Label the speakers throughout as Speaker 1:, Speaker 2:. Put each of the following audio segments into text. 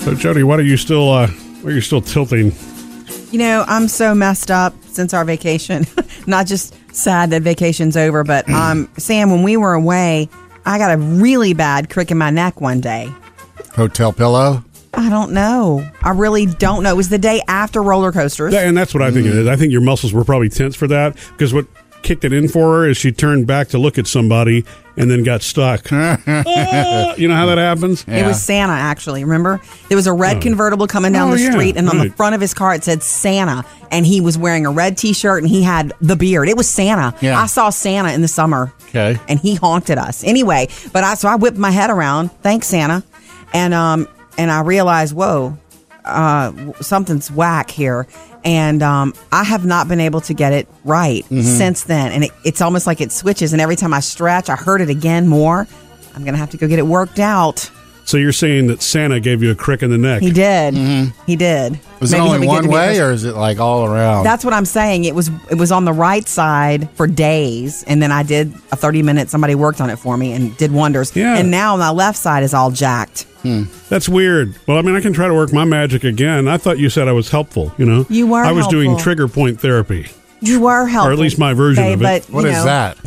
Speaker 1: So, Jody, why don't you still uh, why are you still tilting?
Speaker 2: You know, I'm so messed up since our vacation. Not just sad that vacation's over, but um, Sam, when we were away, I got a really bad crick in my neck one day.
Speaker 3: Hotel pillow.
Speaker 2: I don't know. I really don't know. It was the day after roller coasters.
Speaker 1: That- and that's what I think it is. I think your muscles were probably tense for that because what kicked it in for her is she turned back to look at somebody and then got stuck. Ah, you know how that happens?
Speaker 2: It
Speaker 3: Yeah.
Speaker 2: was Santa, actually. Remember? There was a red convertible coming down
Speaker 1: Oh,
Speaker 2: the
Speaker 1: yeah,
Speaker 2: street, and on the
Speaker 1: right.
Speaker 2: front of his car it said Santa, and he was wearing a red t shirt and he had the beard. It was Santa.
Speaker 3: Yeah.
Speaker 2: I saw Santa in the summer.
Speaker 3: Okay.
Speaker 2: And he honked at us. Anyway, but I, so I whipped my head around. Thanks, Santa. And, um, and I realized, whoa, uh, w- something's whack here. And um, I have not been able to get it right since then. And it, it's almost like it switches. And every time I stretch, I hurt it again more. I'm going to have to go get it worked out.
Speaker 1: So you're saying that Santa gave you a crick in the neck?
Speaker 2: He did. He did.
Speaker 3: Mm-hmm. Was it
Speaker 2: Maybe
Speaker 3: only
Speaker 2: he'll be
Speaker 3: one
Speaker 2: getting me
Speaker 3: way,
Speaker 2: this-
Speaker 3: or is it like all around?
Speaker 2: That's what I'm saying. It was it was on the right side for days, and then I did a 30 minute. Somebody worked on it for me and did wonders.
Speaker 1: Yeah.
Speaker 2: And now my left side is all jacked.
Speaker 1: That's weird. Well, I mean, I can try to work my magic again. I thought you said I was helpful. You know,
Speaker 2: You were
Speaker 1: I was doing
Speaker 2: helpful.
Speaker 1: trigger point therapy.
Speaker 2: You were helpful,
Speaker 1: least my version
Speaker 2: babe,
Speaker 1: of it.
Speaker 2: But,
Speaker 3: What
Speaker 2: you
Speaker 3: is
Speaker 2: know,
Speaker 3: that?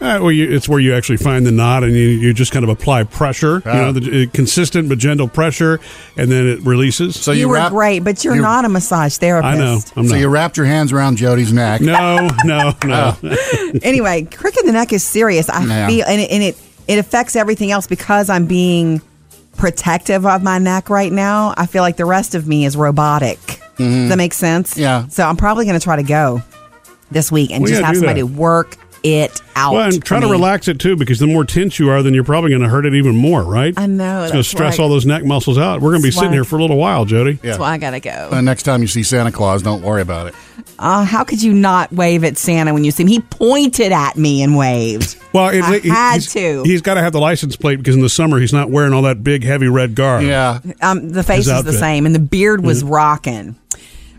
Speaker 1: Uh, well, you, it's where you actually find the knot, and you, you just kind of apply pressure. You
Speaker 3: Ah.
Speaker 1: know, the, uh, consistent but gentle pressure, and then it releases.
Speaker 3: So
Speaker 2: you, were
Speaker 3: wrap-
Speaker 2: great, but you're
Speaker 3: you-
Speaker 2: not a massage therapist.
Speaker 1: I know. I'm
Speaker 3: So
Speaker 1: not.
Speaker 3: you wrapped your hands around Jody's neck.
Speaker 1: no, no, no.
Speaker 2: Oh. anyway, crick in the neck is serious. I
Speaker 3: Yeah.
Speaker 2: feel, and it, and it it affects everything else because I'm being protective of my neck right now. I feel like the rest of me is robotic. Does that make sense?
Speaker 3: Mm-hmm. Yeah.
Speaker 2: So I'm probably going to try to go this week and
Speaker 1: Well,
Speaker 2: just
Speaker 1: yeah,
Speaker 2: have
Speaker 1: do
Speaker 2: somebody
Speaker 1: that.
Speaker 2: work it out.
Speaker 1: Well, and try
Speaker 2: for
Speaker 1: to
Speaker 2: me.
Speaker 1: relax it too, because the more tense you are, then you're probably going to hurt it even more, right?
Speaker 2: I know,
Speaker 1: It's going
Speaker 2: that's
Speaker 1: to stress
Speaker 2: why I-
Speaker 1: all those neck muscles out. We're going to be
Speaker 2: That's
Speaker 1: sitting
Speaker 2: why-
Speaker 1: here for a little while, Jody.
Speaker 3: Yeah.
Speaker 2: That's why I gotta go.
Speaker 3: The Uh, next time you see Santa Claus, don't worry about it.
Speaker 2: Uh, how could you not wave at Santa when you see him? He pointed at me and waved.
Speaker 1: Well, it,
Speaker 2: I
Speaker 1: he-
Speaker 2: had
Speaker 1: he's-
Speaker 2: to.
Speaker 1: He's got to have the license plate because in the summer he's not wearing all that big, heavy red garb.
Speaker 3: Yeah.
Speaker 2: Um, the face
Speaker 1: His
Speaker 2: is the
Speaker 1: outfit. Mm-hmm.
Speaker 2: same, and the beard was rocking.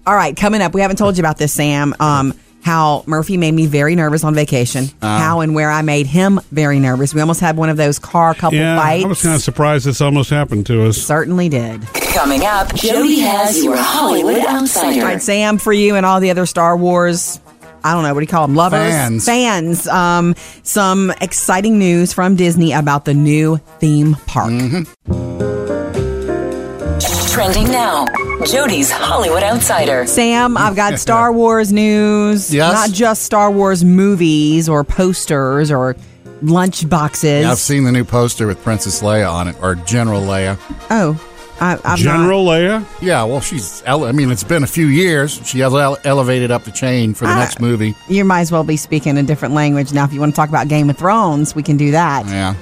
Speaker 2: All right, coming up, we haven't told you about this, Sam. Um, how Murphy made me very nervous on vacation.
Speaker 1: Ah.
Speaker 2: how and where I made him very nervous. We almost had one of those car couple
Speaker 1: Yeah,
Speaker 2: fights.
Speaker 1: I was kind of surprised this almost happened to us.
Speaker 2: Certainly did.
Speaker 4: Coming up, Jody has your Hollywood
Speaker 2: All
Speaker 4: Outsider.
Speaker 2: right, Sam, for you and all the other Star Wars. I don't know what do you call them? Lovers,
Speaker 3: Fans.
Speaker 2: fans. Um, some exciting news from Disney about the new theme park.
Speaker 1: Mm-hmm.
Speaker 4: Trending now, Jody's Hollywood Outsider.
Speaker 2: Sam, I've got Star Wars news.
Speaker 3: Yes.
Speaker 2: Not just Star Wars movies or posters or lunch boxes.
Speaker 3: I've seen the new poster with Princess Leia on it, or General Leia.
Speaker 2: Oh, I, I've not-
Speaker 1: General Leia?
Speaker 3: Yeah, well, she's. Ele- I mean, it's been a few years. She has ele- elevated up the chain for the
Speaker 2: Ah.
Speaker 3: next movie.
Speaker 2: You might as well be speaking a different language now. If you want to talk about Game of Thrones, we can do that.
Speaker 3: Yeah.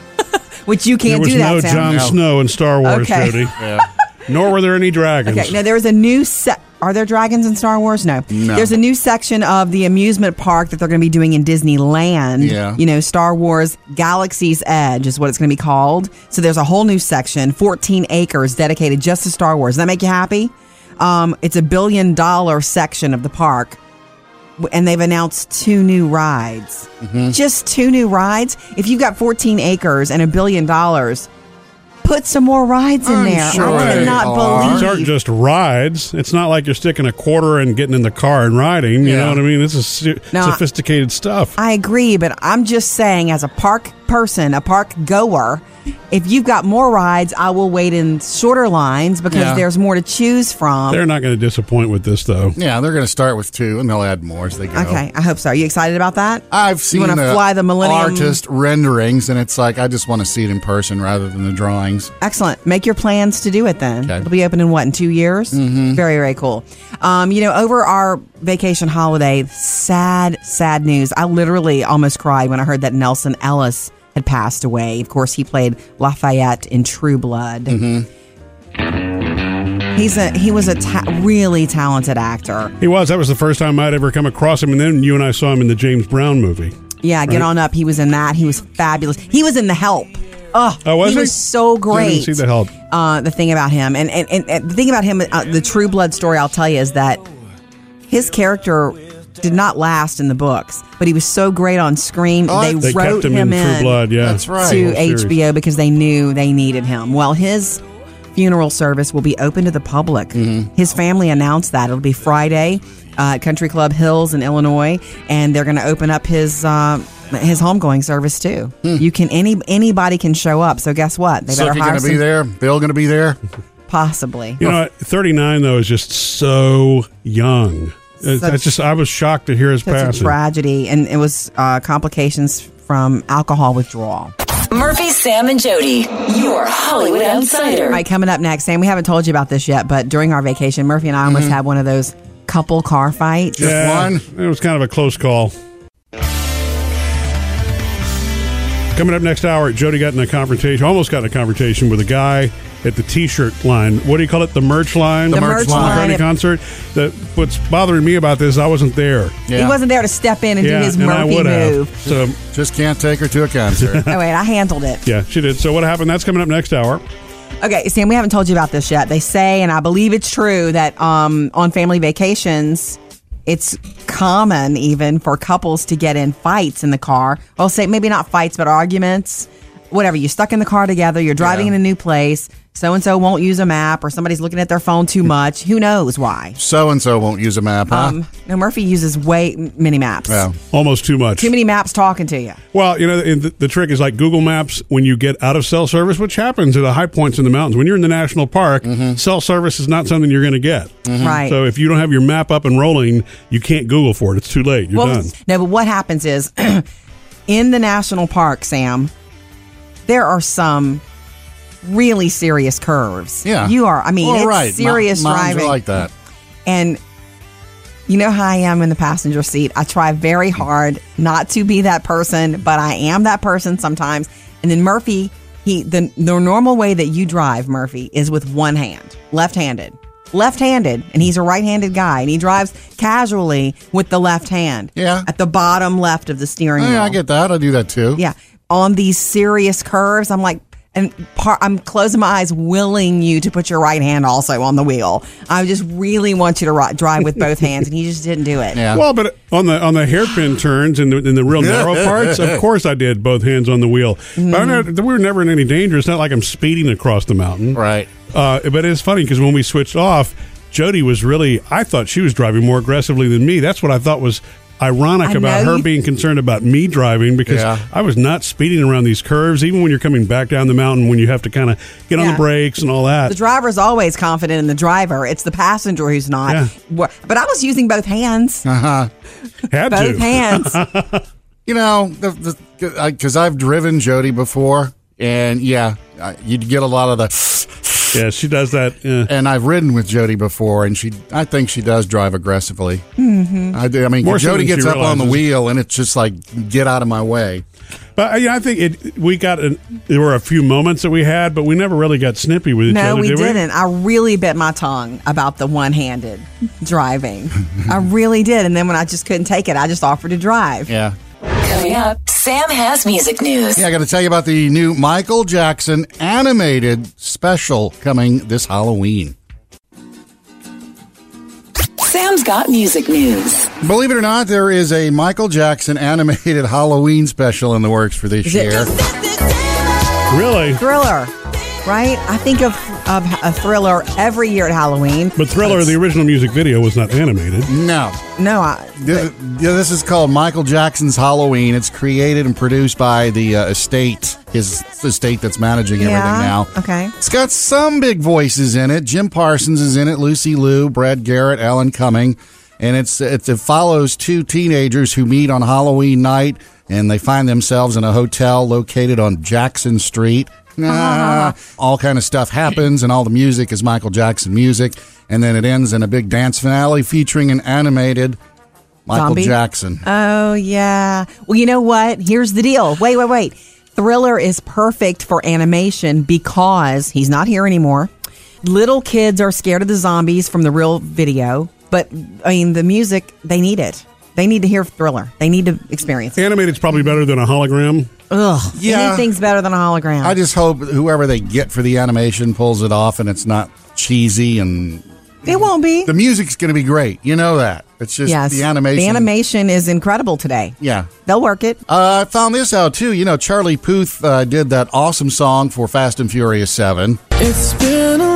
Speaker 2: Which you
Speaker 1: There
Speaker 2: can't
Speaker 1: was
Speaker 2: do that,
Speaker 1: no
Speaker 2: Sam.
Speaker 1: Jon
Speaker 3: No.
Speaker 1: Snow in Star Wars,
Speaker 2: Okay.
Speaker 1: Jody.
Speaker 3: Yeah.
Speaker 1: Nor were there any dragons.
Speaker 2: Okay, now there is a new set. Are there dragons in Star Wars? No.
Speaker 3: No.
Speaker 2: There's a new section of the amusement park that they're going to be doing in Disneyland.
Speaker 3: Yeah.
Speaker 2: You know, Star Wars Galaxy's Edge is what it's going to be called. So there's a whole new section, 14 acres dedicated just to Star Wars. Does that make you happy? Um, it's a billion dollar section of the park. W- And they've announced two new rides.
Speaker 3: Mm-hmm.
Speaker 2: Just two new rides. If you've got 14 acres and a billion dollars, put some more rides in
Speaker 3: I'm
Speaker 2: there.
Speaker 3: sure
Speaker 2: I
Speaker 1: they
Speaker 2: cannot
Speaker 3: are.
Speaker 2: believe
Speaker 1: These aren't just rides. It's not like you're sticking a quarter and getting in the car and riding. You
Speaker 3: Yeah.
Speaker 1: know what I mean? This is se-
Speaker 2: No, I-
Speaker 1: sophisticated stuff.
Speaker 2: I agree, but I'm just saying, as a park person, a park goer, if you've got more rides, I will wait in shorter lines because
Speaker 3: Yeah.
Speaker 2: there's more to choose from.
Speaker 1: They're not going to disappoint with this, though.
Speaker 3: Yeah, they're going to start with two, and they'll add more as they go.
Speaker 2: okay, I hope so. Are you excited about that?
Speaker 3: I've
Speaker 2: You
Speaker 3: seen
Speaker 2: want to
Speaker 3: the,
Speaker 2: fly the Millennium?
Speaker 3: artist renderings, and it's like I just want to see it in person rather than the drawings.
Speaker 2: Excellent. Make your plans to do it then.
Speaker 3: Okay.
Speaker 2: It'll be open in what, in two years? Mm-hmm. Very, very cool. Um, you know, over our vacation holiday, sad, sad news. I literally almost cried when I heard that Nelson Ellis had passed away. Of course, he played Lafayette in True Blood.
Speaker 1: Mm-hmm.
Speaker 2: He's a he was a ta- really talented actor.
Speaker 1: He was. That was the first time I'd ever come across him. And then you and I saw him in the James Brown movie.
Speaker 2: Yeah, get
Speaker 1: Right.
Speaker 2: on up. He was in that. He was fabulous. He was in The Help. Oh,
Speaker 1: Oh, was
Speaker 2: he
Speaker 1: he?
Speaker 2: was so
Speaker 1: I
Speaker 2: great.
Speaker 1: didn't see the help.
Speaker 2: uh, the thing about him, and and, and, and the thing about him, uh, the True Blood story I'll tell you is that his character did not last in the books, but he was so great on screen.
Speaker 3: Oh,
Speaker 2: they,
Speaker 1: They
Speaker 2: wrote
Speaker 1: kept him in True Blood. Yeah,
Speaker 3: That's right.
Speaker 2: to
Speaker 1: Whole series.
Speaker 2: HBO because they knew they needed him. Well, his funeral service will be open to the public. His family announced that it'll be Friday uh, at Country Club Hills in Illinois, and they're going to open up his uh, his homegoing service too. You can any anybody can show up. So guess what? They
Speaker 3: Suki going to be there. Bill going to be there.
Speaker 2: Possibly.
Speaker 1: You know, 39 though is just so young. It's-
Speaker 2: Such-
Speaker 1: That's just I was shocked to hear his
Speaker 2: That's a
Speaker 1: passing.
Speaker 2: tragedy, and it was uh, complications from alcohol withdrawal.
Speaker 4: Murphy, Sam, and Jody, your Hollywood Outsider.
Speaker 2: All right, coming up next, Sam, we haven't told you about this yet, but during our vacation, Murphy and I almost had one of those couple car fights.
Speaker 3: Yeah. One.
Speaker 1: It was kind of a close call. Coming up next hour, Jody got in a confrontation, almost got in a confrontation with a guy at the T-shirt line. What do you call it? The merch line.
Speaker 2: The merch
Speaker 3: merch line.
Speaker 1: Friday
Speaker 2: line.
Speaker 1: concert. That what's bothering me about this, I wasn't there.
Speaker 2: He wasn't there to step in and do his
Speaker 1: and I
Speaker 2: Murphy
Speaker 1: would
Speaker 2: move.
Speaker 1: have. So
Speaker 3: Just can't take her to a concert.
Speaker 2: Oh, wait, I handled it.
Speaker 1: yeah, she did. So what happened? That's coming up next hour.
Speaker 2: Okay, Sam, we haven't told you about this yet. They say, and I believe it's true, that um, on family vacations, it's common even for couples to get in fights in the car. I'll say maybe not fights, but arguments. Whatever. You're stuck in the car together. You're driving
Speaker 3: Yeah.
Speaker 2: in a new place. So and so won't use a map, or somebody's looking at their phone too much. Who knows why?
Speaker 3: So and so won't use a map, huh?
Speaker 2: Um, no, Murphy uses way m- many maps.
Speaker 3: Uh. yeah.
Speaker 1: Almost too much.
Speaker 2: Too many maps talking to you.
Speaker 1: Well, you know, and the, the trick is like Google Maps, when you get out of cell service, which happens at the high points in the mountains, when you're in the national park,
Speaker 2: Mm-hmm.
Speaker 1: cell service is not something you're going to get.
Speaker 3: Mm-hmm.
Speaker 2: Right.
Speaker 1: So if you don't have your map up and rolling, you can't Google for it. It's too late. You're done.
Speaker 2: No, but what happens is in the national park, Sam, there are some really serious curves.
Speaker 3: Yeah.
Speaker 2: You are, I mean,
Speaker 3: All
Speaker 2: it's
Speaker 3: right. Mo-
Speaker 2: serious
Speaker 3: moms are
Speaker 2: driving.
Speaker 3: like that.
Speaker 2: and you know how I am in the passenger seat. I try very hard not to be that person, but I am that person sometimes. And then Murphy, he the the normal way that you drive Murphy is with one hand, left-handed. Left-handed, and he's a right-handed guy, and he drives casually with the left hand.
Speaker 3: Yeah. Oh,
Speaker 2: at the bottom left of the steering wheel.
Speaker 3: Yeah, I get that. I do that too.
Speaker 2: Yeah, on these serious curves, I'm like, and par- I'm closing my eyes, willing you to put your right hand also on the wheel. I just really want you to ri- drive with both hands, and you just didn't do it.
Speaker 3: Yeah.
Speaker 1: Well, but on the on the hairpin turns and the, in the real narrow parts, of course I did both hands on the wheel. But I'm
Speaker 2: Mm-hmm.
Speaker 1: not, we were never in any danger. It's not like I'm speeding across the mountain.
Speaker 3: Right.
Speaker 1: Uh, but it's funny because when we switched off, Jody was really, I thought she was driving more aggressively than me. That's what I thought was ironic
Speaker 2: I
Speaker 1: about
Speaker 2: know
Speaker 1: her
Speaker 2: you-
Speaker 1: being concerned about me driving because
Speaker 3: Yeah.
Speaker 1: I was not speeding around these curves, even when you're coming back down the mountain when you have to kind of get on
Speaker 2: Yeah.
Speaker 1: the brakes and all that.
Speaker 2: The driver's always confident in the driver. It's the passenger who's not.
Speaker 1: Yeah.
Speaker 2: Wha- But I was using both hands.
Speaker 1: Had
Speaker 2: both
Speaker 1: to.
Speaker 2: hands.
Speaker 3: You know, the because I've driven Jody before, and yeah, I, you'd get a lot of the.
Speaker 1: Yeah, she does that. Yeah.
Speaker 3: And I've ridden with Jody before, and she, I think she does drive aggressively. Mm-hmm. I, do- I mean,
Speaker 1: More so
Speaker 3: Jody
Speaker 1: than
Speaker 3: gets
Speaker 1: she
Speaker 3: up on the
Speaker 1: realizes.
Speaker 3: wheel, and it's just like, get out of my way.
Speaker 1: But uh, yeah, I think it. We got an. There were a few moments that we had, but we never really got snippy with each
Speaker 2: No,
Speaker 1: other.
Speaker 2: we
Speaker 1: did
Speaker 2: didn't. I really bit my tongue about the one handed driving. I really did. And then when I just couldn't take it, I just offered to drive.
Speaker 3: Yeah.
Speaker 4: Coming up, Sam has music news.
Speaker 3: Yeah, I got to tell you about the new Michael Jackson animated special coming this Halloween.
Speaker 4: Sam's got music news.
Speaker 3: Believe it or not, there is a Michael Jackson animated Halloween special in the works for this
Speaker 2: Is it-
Speaker 3: year.
Speaker 1: Really,
Speaker 2: Thriller, right? I think of, of a thriller every year at Halloween.
Speaker 1: but Thriller, the original music video, was not animated.
Speaker 3: No.
Speaker 2: No, I,
Speaker 3: This, yeah, this is called Michael Jackson's Halloween. It's created and produced by the uh, estate, his estate that's managing everything
Speaker 2: yeah.
Speaker 3: now.
Speaker 2: Okay.
Speaker 3: It's got some big voices in it. Jim Parsons is in it, Lucy Liu, Brad Garrett, Alan Cumming, and it's, it's it follows two teenagers who meet on Halloween night and they find themselves in a hotel located on Jackson Street. Ah, all kind of stuff happens and all the music is Michael Jackson music and then it ends in a big dance finale featuring an animated Michael
Speaker 2: Zombie?
Speaker 3: Jackson.
Speaker 2: Oh, yeah. Well, you know what? Here's the deal. Wait, wait, wait. Thriller is perfect for animation because he's not here anymore. Little kids are scared of the zombies from the real video, but I mean, the music, they need it. They need to hear Thriller. They need to experience it.
Speaker 1: Animated's probably better than a hologram.
Speaker 2: Ugh.
Speaker 3: Yeah.
Speaker 2: Anything's better than a hologram.
Speaker 3: I just hope whoever they get for the animation pulls it off and it's not cheesy and
Speaker 2: it won't be.
Speaker 3: the music's going to be great. You know that. It's just
Speaker 2: yes.
Speaker 3: the animation.
Speaker 2: The animation is incredible today.
Speaker 3: Yeah.
Speaker 2: They'll work it.
Speaker 3: Uh, I found this out too. You know, Charlie Puth uh, did that awesome song for Fast and Furious 7.
Speaker 5: It's been a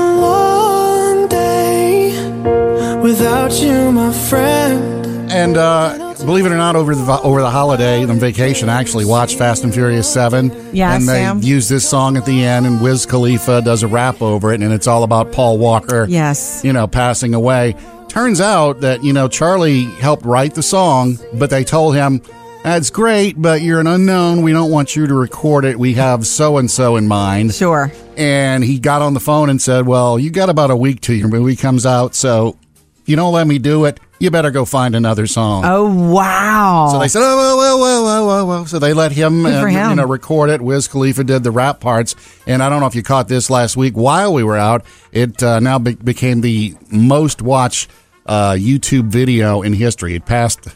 Speaker 5: without you, my friend.
Speaker 3: And uh, believe it or not, over the over the holiday, on vacation, I actually watched Fast and Furious Seven.
Speaker 2: Yeah,
Speaker 3: and they
Speaker 2: Sam.
Speaker 3: use this song at the end, and Wiz Khalifa does a rap over it, and it's all about Paul Walker.
Speaker 2: Yes.
Speaker 3: you know, passing away. Turns out that you know Charlie helped write the song, but they told him. That's great, but you're an unknown. We don't want you to record it. We have so and so in mind.
Speaker 2: Sure.
Speaker 3: And he got on the phone and said, Well, you got about a week till your movie comes out, so if you don't let me do it, you better go find another song.
Speaker 2: Oh wow.
Speaker 3: So they said, oh, well, well, well, well, well, well. So they let him,
Speaker 2: Good
Speaker 3: uh,
Speaker 2: for
Speaker 3: you
Speaker 2: him.
Speaker 3: know, record it. Wiz Khalifa did the rap parts. And I don't know if you caught this last week while we were out. It uh, now be- became the most watched uh, YouTube video in history. It passed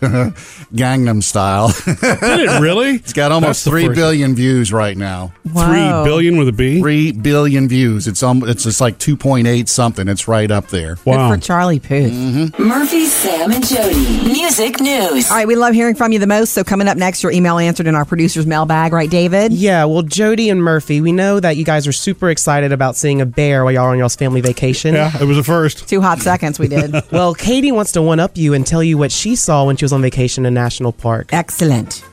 Speaker 3: Gangnam Style.
Speaker 1: Did it really?
Speaker 3: it's got almost 3 billion views right now.
Speaker 2: Wow.
Speaker 1: Three billion with a B.
Speaker 3: 3 billion views. It's, um, it's just like 2.8 something. It's right up there.
Speaker 1: Wow.
Speaker 2: Good for Charlie Puth.
Speaker 4: Murphy, Sam, and Jody. Music news.
Speaker 2: All right, we love hearing from you the most. So coming up next, your email answered in our producer's mailbag, right, David?
Speaker 6: Yeah, well, Jody and Murphy, we know that you guys are super excited about seeing a bear while y'all are on y'all's family vacation.
Speaker 1: Yeah, it was a first.
Speaker 2: Two hot seconds we did.
Speaker 6: Well, Katie wants to one up you and tell you what she saw when she was on vacation in National Park.
Speaker 2: Excellent.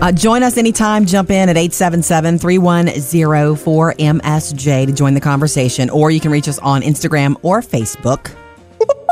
Speaker 2: Uh, join us anytime. Jump in at 877-310-4MSJ to join the conversation, or you can reach us on Instagram or Facebook.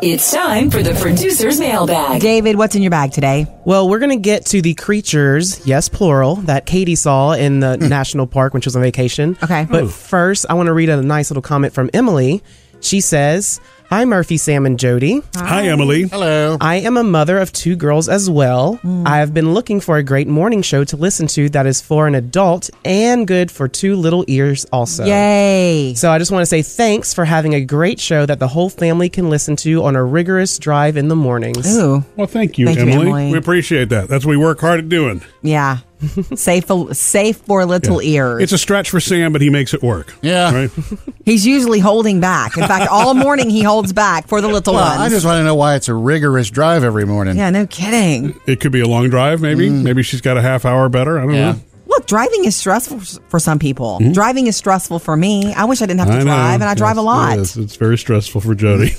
Speaker 4: It's time for the producer's mailbag.
Speaker 2: David, what's in your bag today?
Speaker 6: Well, we're going to get to the creatures, yes, plural, that Katie saw in the national park when she was on vacation.
Speaker 2: Okay.
Speaker 6: But first, I want to read a nice little comment from Emily. She says, Hi, Murphy, Sam, and Jody.
Speaker 1: Hi, Emily.
Speaker 3: Hello.
Speaker 6: I am a mother of two girls as well.
Speaker 2: Hmm.
Speaker 6: I have been looking for a great morning show to listen to that is for an adult and good for two little ears also.
Speaker 2: Yay.
Speaker 6: So I just want to say thanks for having a great show that the whole family can listen to on a rigorous drive in the mornings.
Speaker 2: Ooh,
Speaker 1: Well, thank you,
Speaker 2: Thank you,
Speaker 1: Emily.
Speaker 2: Emily.
Speaker 1: We appreciate that. That's what we work hard at doing.
Speaker 2: yeah. safe, for, safe for little ears.
Speaker 1: It's a stretch for Sam, but he makes it work.
Speaker 3: Yeah.
Speaker 1: Right?
Speaker 2: He's usually holding back. In fact, all morning he holds back for the little
Speaker 3: Well,
Speaker 2: ones.
Speaker 3: I just want to know why it's a rigorous drive every morning.
Speaker 2: yeah, no kidding.
Speaker 1: It could be a long drive, maybe. Maybe she's got a half hour better. I don't
Speaker 3: Mm. Yeah.
Speaker 1: know.
Speaker 2: Look, driving is stressful s- for some people. Driving is stressful for me. I wish I didn't have to
Speaker 1: Mm-hmm. I know.
Speaker 2: drive, and I drive a
Speaker 1: Yes,
Speaker 2: lot.
Speaker 1: it is. It's very stressful for Jody.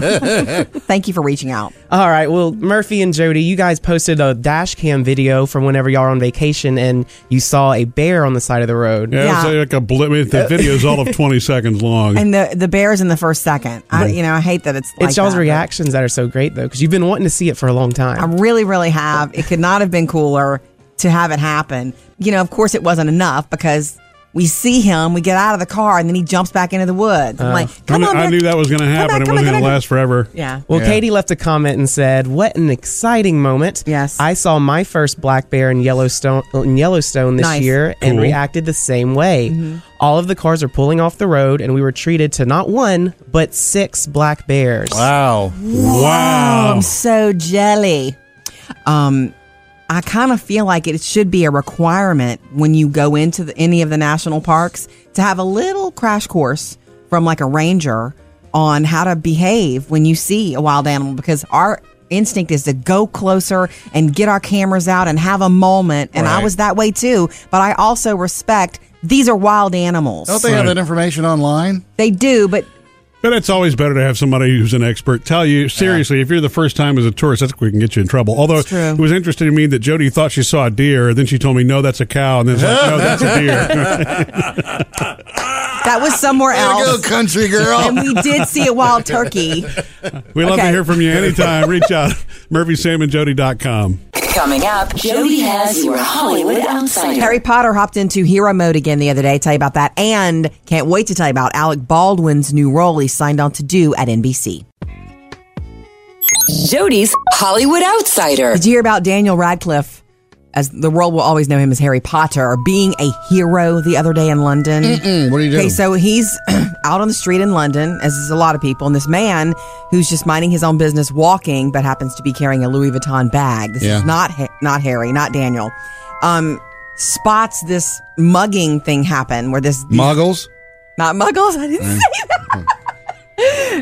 Speaker 2: Thank you for reaching out.
Speaker 6: All right, well, Murphy and Jody, you guys posted a dash cam video from whenever y'all are on vacation and you saw a bear on the side of the road.
Speaker 1: Yeah, it's
Speaker 2: Yeah. Uh,
Speaker 1: like a blip. I mean, The video's all of 20 seconds long.
Speaker 2: And the the bears in the first second. I, you know, I hate that it's. Like
Speaker 6: It's y'all's
Speaker 2: that, but
Speaker 6: reactions that are so great though, because you've been wanting to see it for a long
Speaker 2: I
Speaker 6: time.
Speaker 2: really, really have. It could not have been cooler to have it happen. You know, of course, it wasn't enough because we see him, we get out of the car, and then he jumps back into the woods. I'm like,
Speaker 1: Uh, I,
Speaker 2: come
Speaker 1: knew-
Speaker 2: on,
Speaker 1: I
Speaker 2: bear.
Speaker 1: knew that was going to
Speaker 2: Come
Speaker 1: happen.
Speaker 2: back,
Speaker 1: it
Speaker 2: come
Speaker 1: wasn't
Speaker 2: back,
Speaker 1: going to
Speaker 2: come back.
Speaker 1: last forever.
Speaker 2: Yeah.
Speaker 6: Well,
Speaker 3: Yeah.
Speaker 6: Katie left a comment and said, "What an exciting moment!
Speaker 2: Yes.
Speaker 6: I saw my first black bear in Yellowstone in Yellowstone this
Speaker 2: Nice. Mm-hmm.
Speaker 6: year and
Speaker 1: Cool.
Speaker 6: reacted the same way. All of the cars are pulling off the road, and we were treated to not one but six black bears.
Speaker 3: Wow.
Speaker 1: Wow.
Speaker 2: I'm so jelly. Um, I kind of feel like it should be a requirement when you go into the, any of the national parks to have a little crash course from like a ranger on how to behave when you see a wild animal because our instinct is to go closer and get our cameras out and have a moment. And I
Speaker 3: Right.
Speaker 2: was that way too, but I also respect these are wild animals.
Speaker 3: Don't they have
Speaker 1: Right.
Speaker 3: that information online?
Speaker 2: They do, but
Speaker 1: But it's always better to have somebody who's an expert tell you seriously. If you're the first time as a tourist, that's we can get you in trouble. Although
Speaker 2: It's true.
Speaker 1: it was interesting to me that Jody thought she saw a deer, then she told me no, that's a cow, and then it's like, no, that's a deer.
Speaker 2: that was somewhere
Speaker 3: Ah, There you go,
Speaker 2: else.
Speaker 3: country girl.
Speaker 2: And we did see a wild turkey.
Speaker 1: We love to
Speaker 2: Okay.
Speaker 1: hear from you anytime. Reach out murphysamandjody.com.
Speaker 4: Coming up, Jody has your Hollywood outsider.
Speaker 2: Harry Potter hopped into hero mode again the other day. Tell you about that. And can't wait to tell you about Alec Baldwin's new role he signed on to do at NBC.
Speaker 4: Jody's Hollywood outsider.
Speaker 2: Did you hear about Daniel Radcliffe? As the world will always know him as Harry Potter, being a hero the other day in London.
Speaker 3: Mm, what do you do?
Speaker 2: Okay, so he's out on the street in London, as is a lot of people, and this man who's just minding his own business, walking, but happens to be carrying a Louis Vuitton bag. This
Speaker 3: Yeah.
Speaker 2: is not Ha- not Harry, not Daniel. Um, spots this mugging thing happen where this
Speaker 3: Muggles?
Speaker 2: Not muggles. I didn't say that.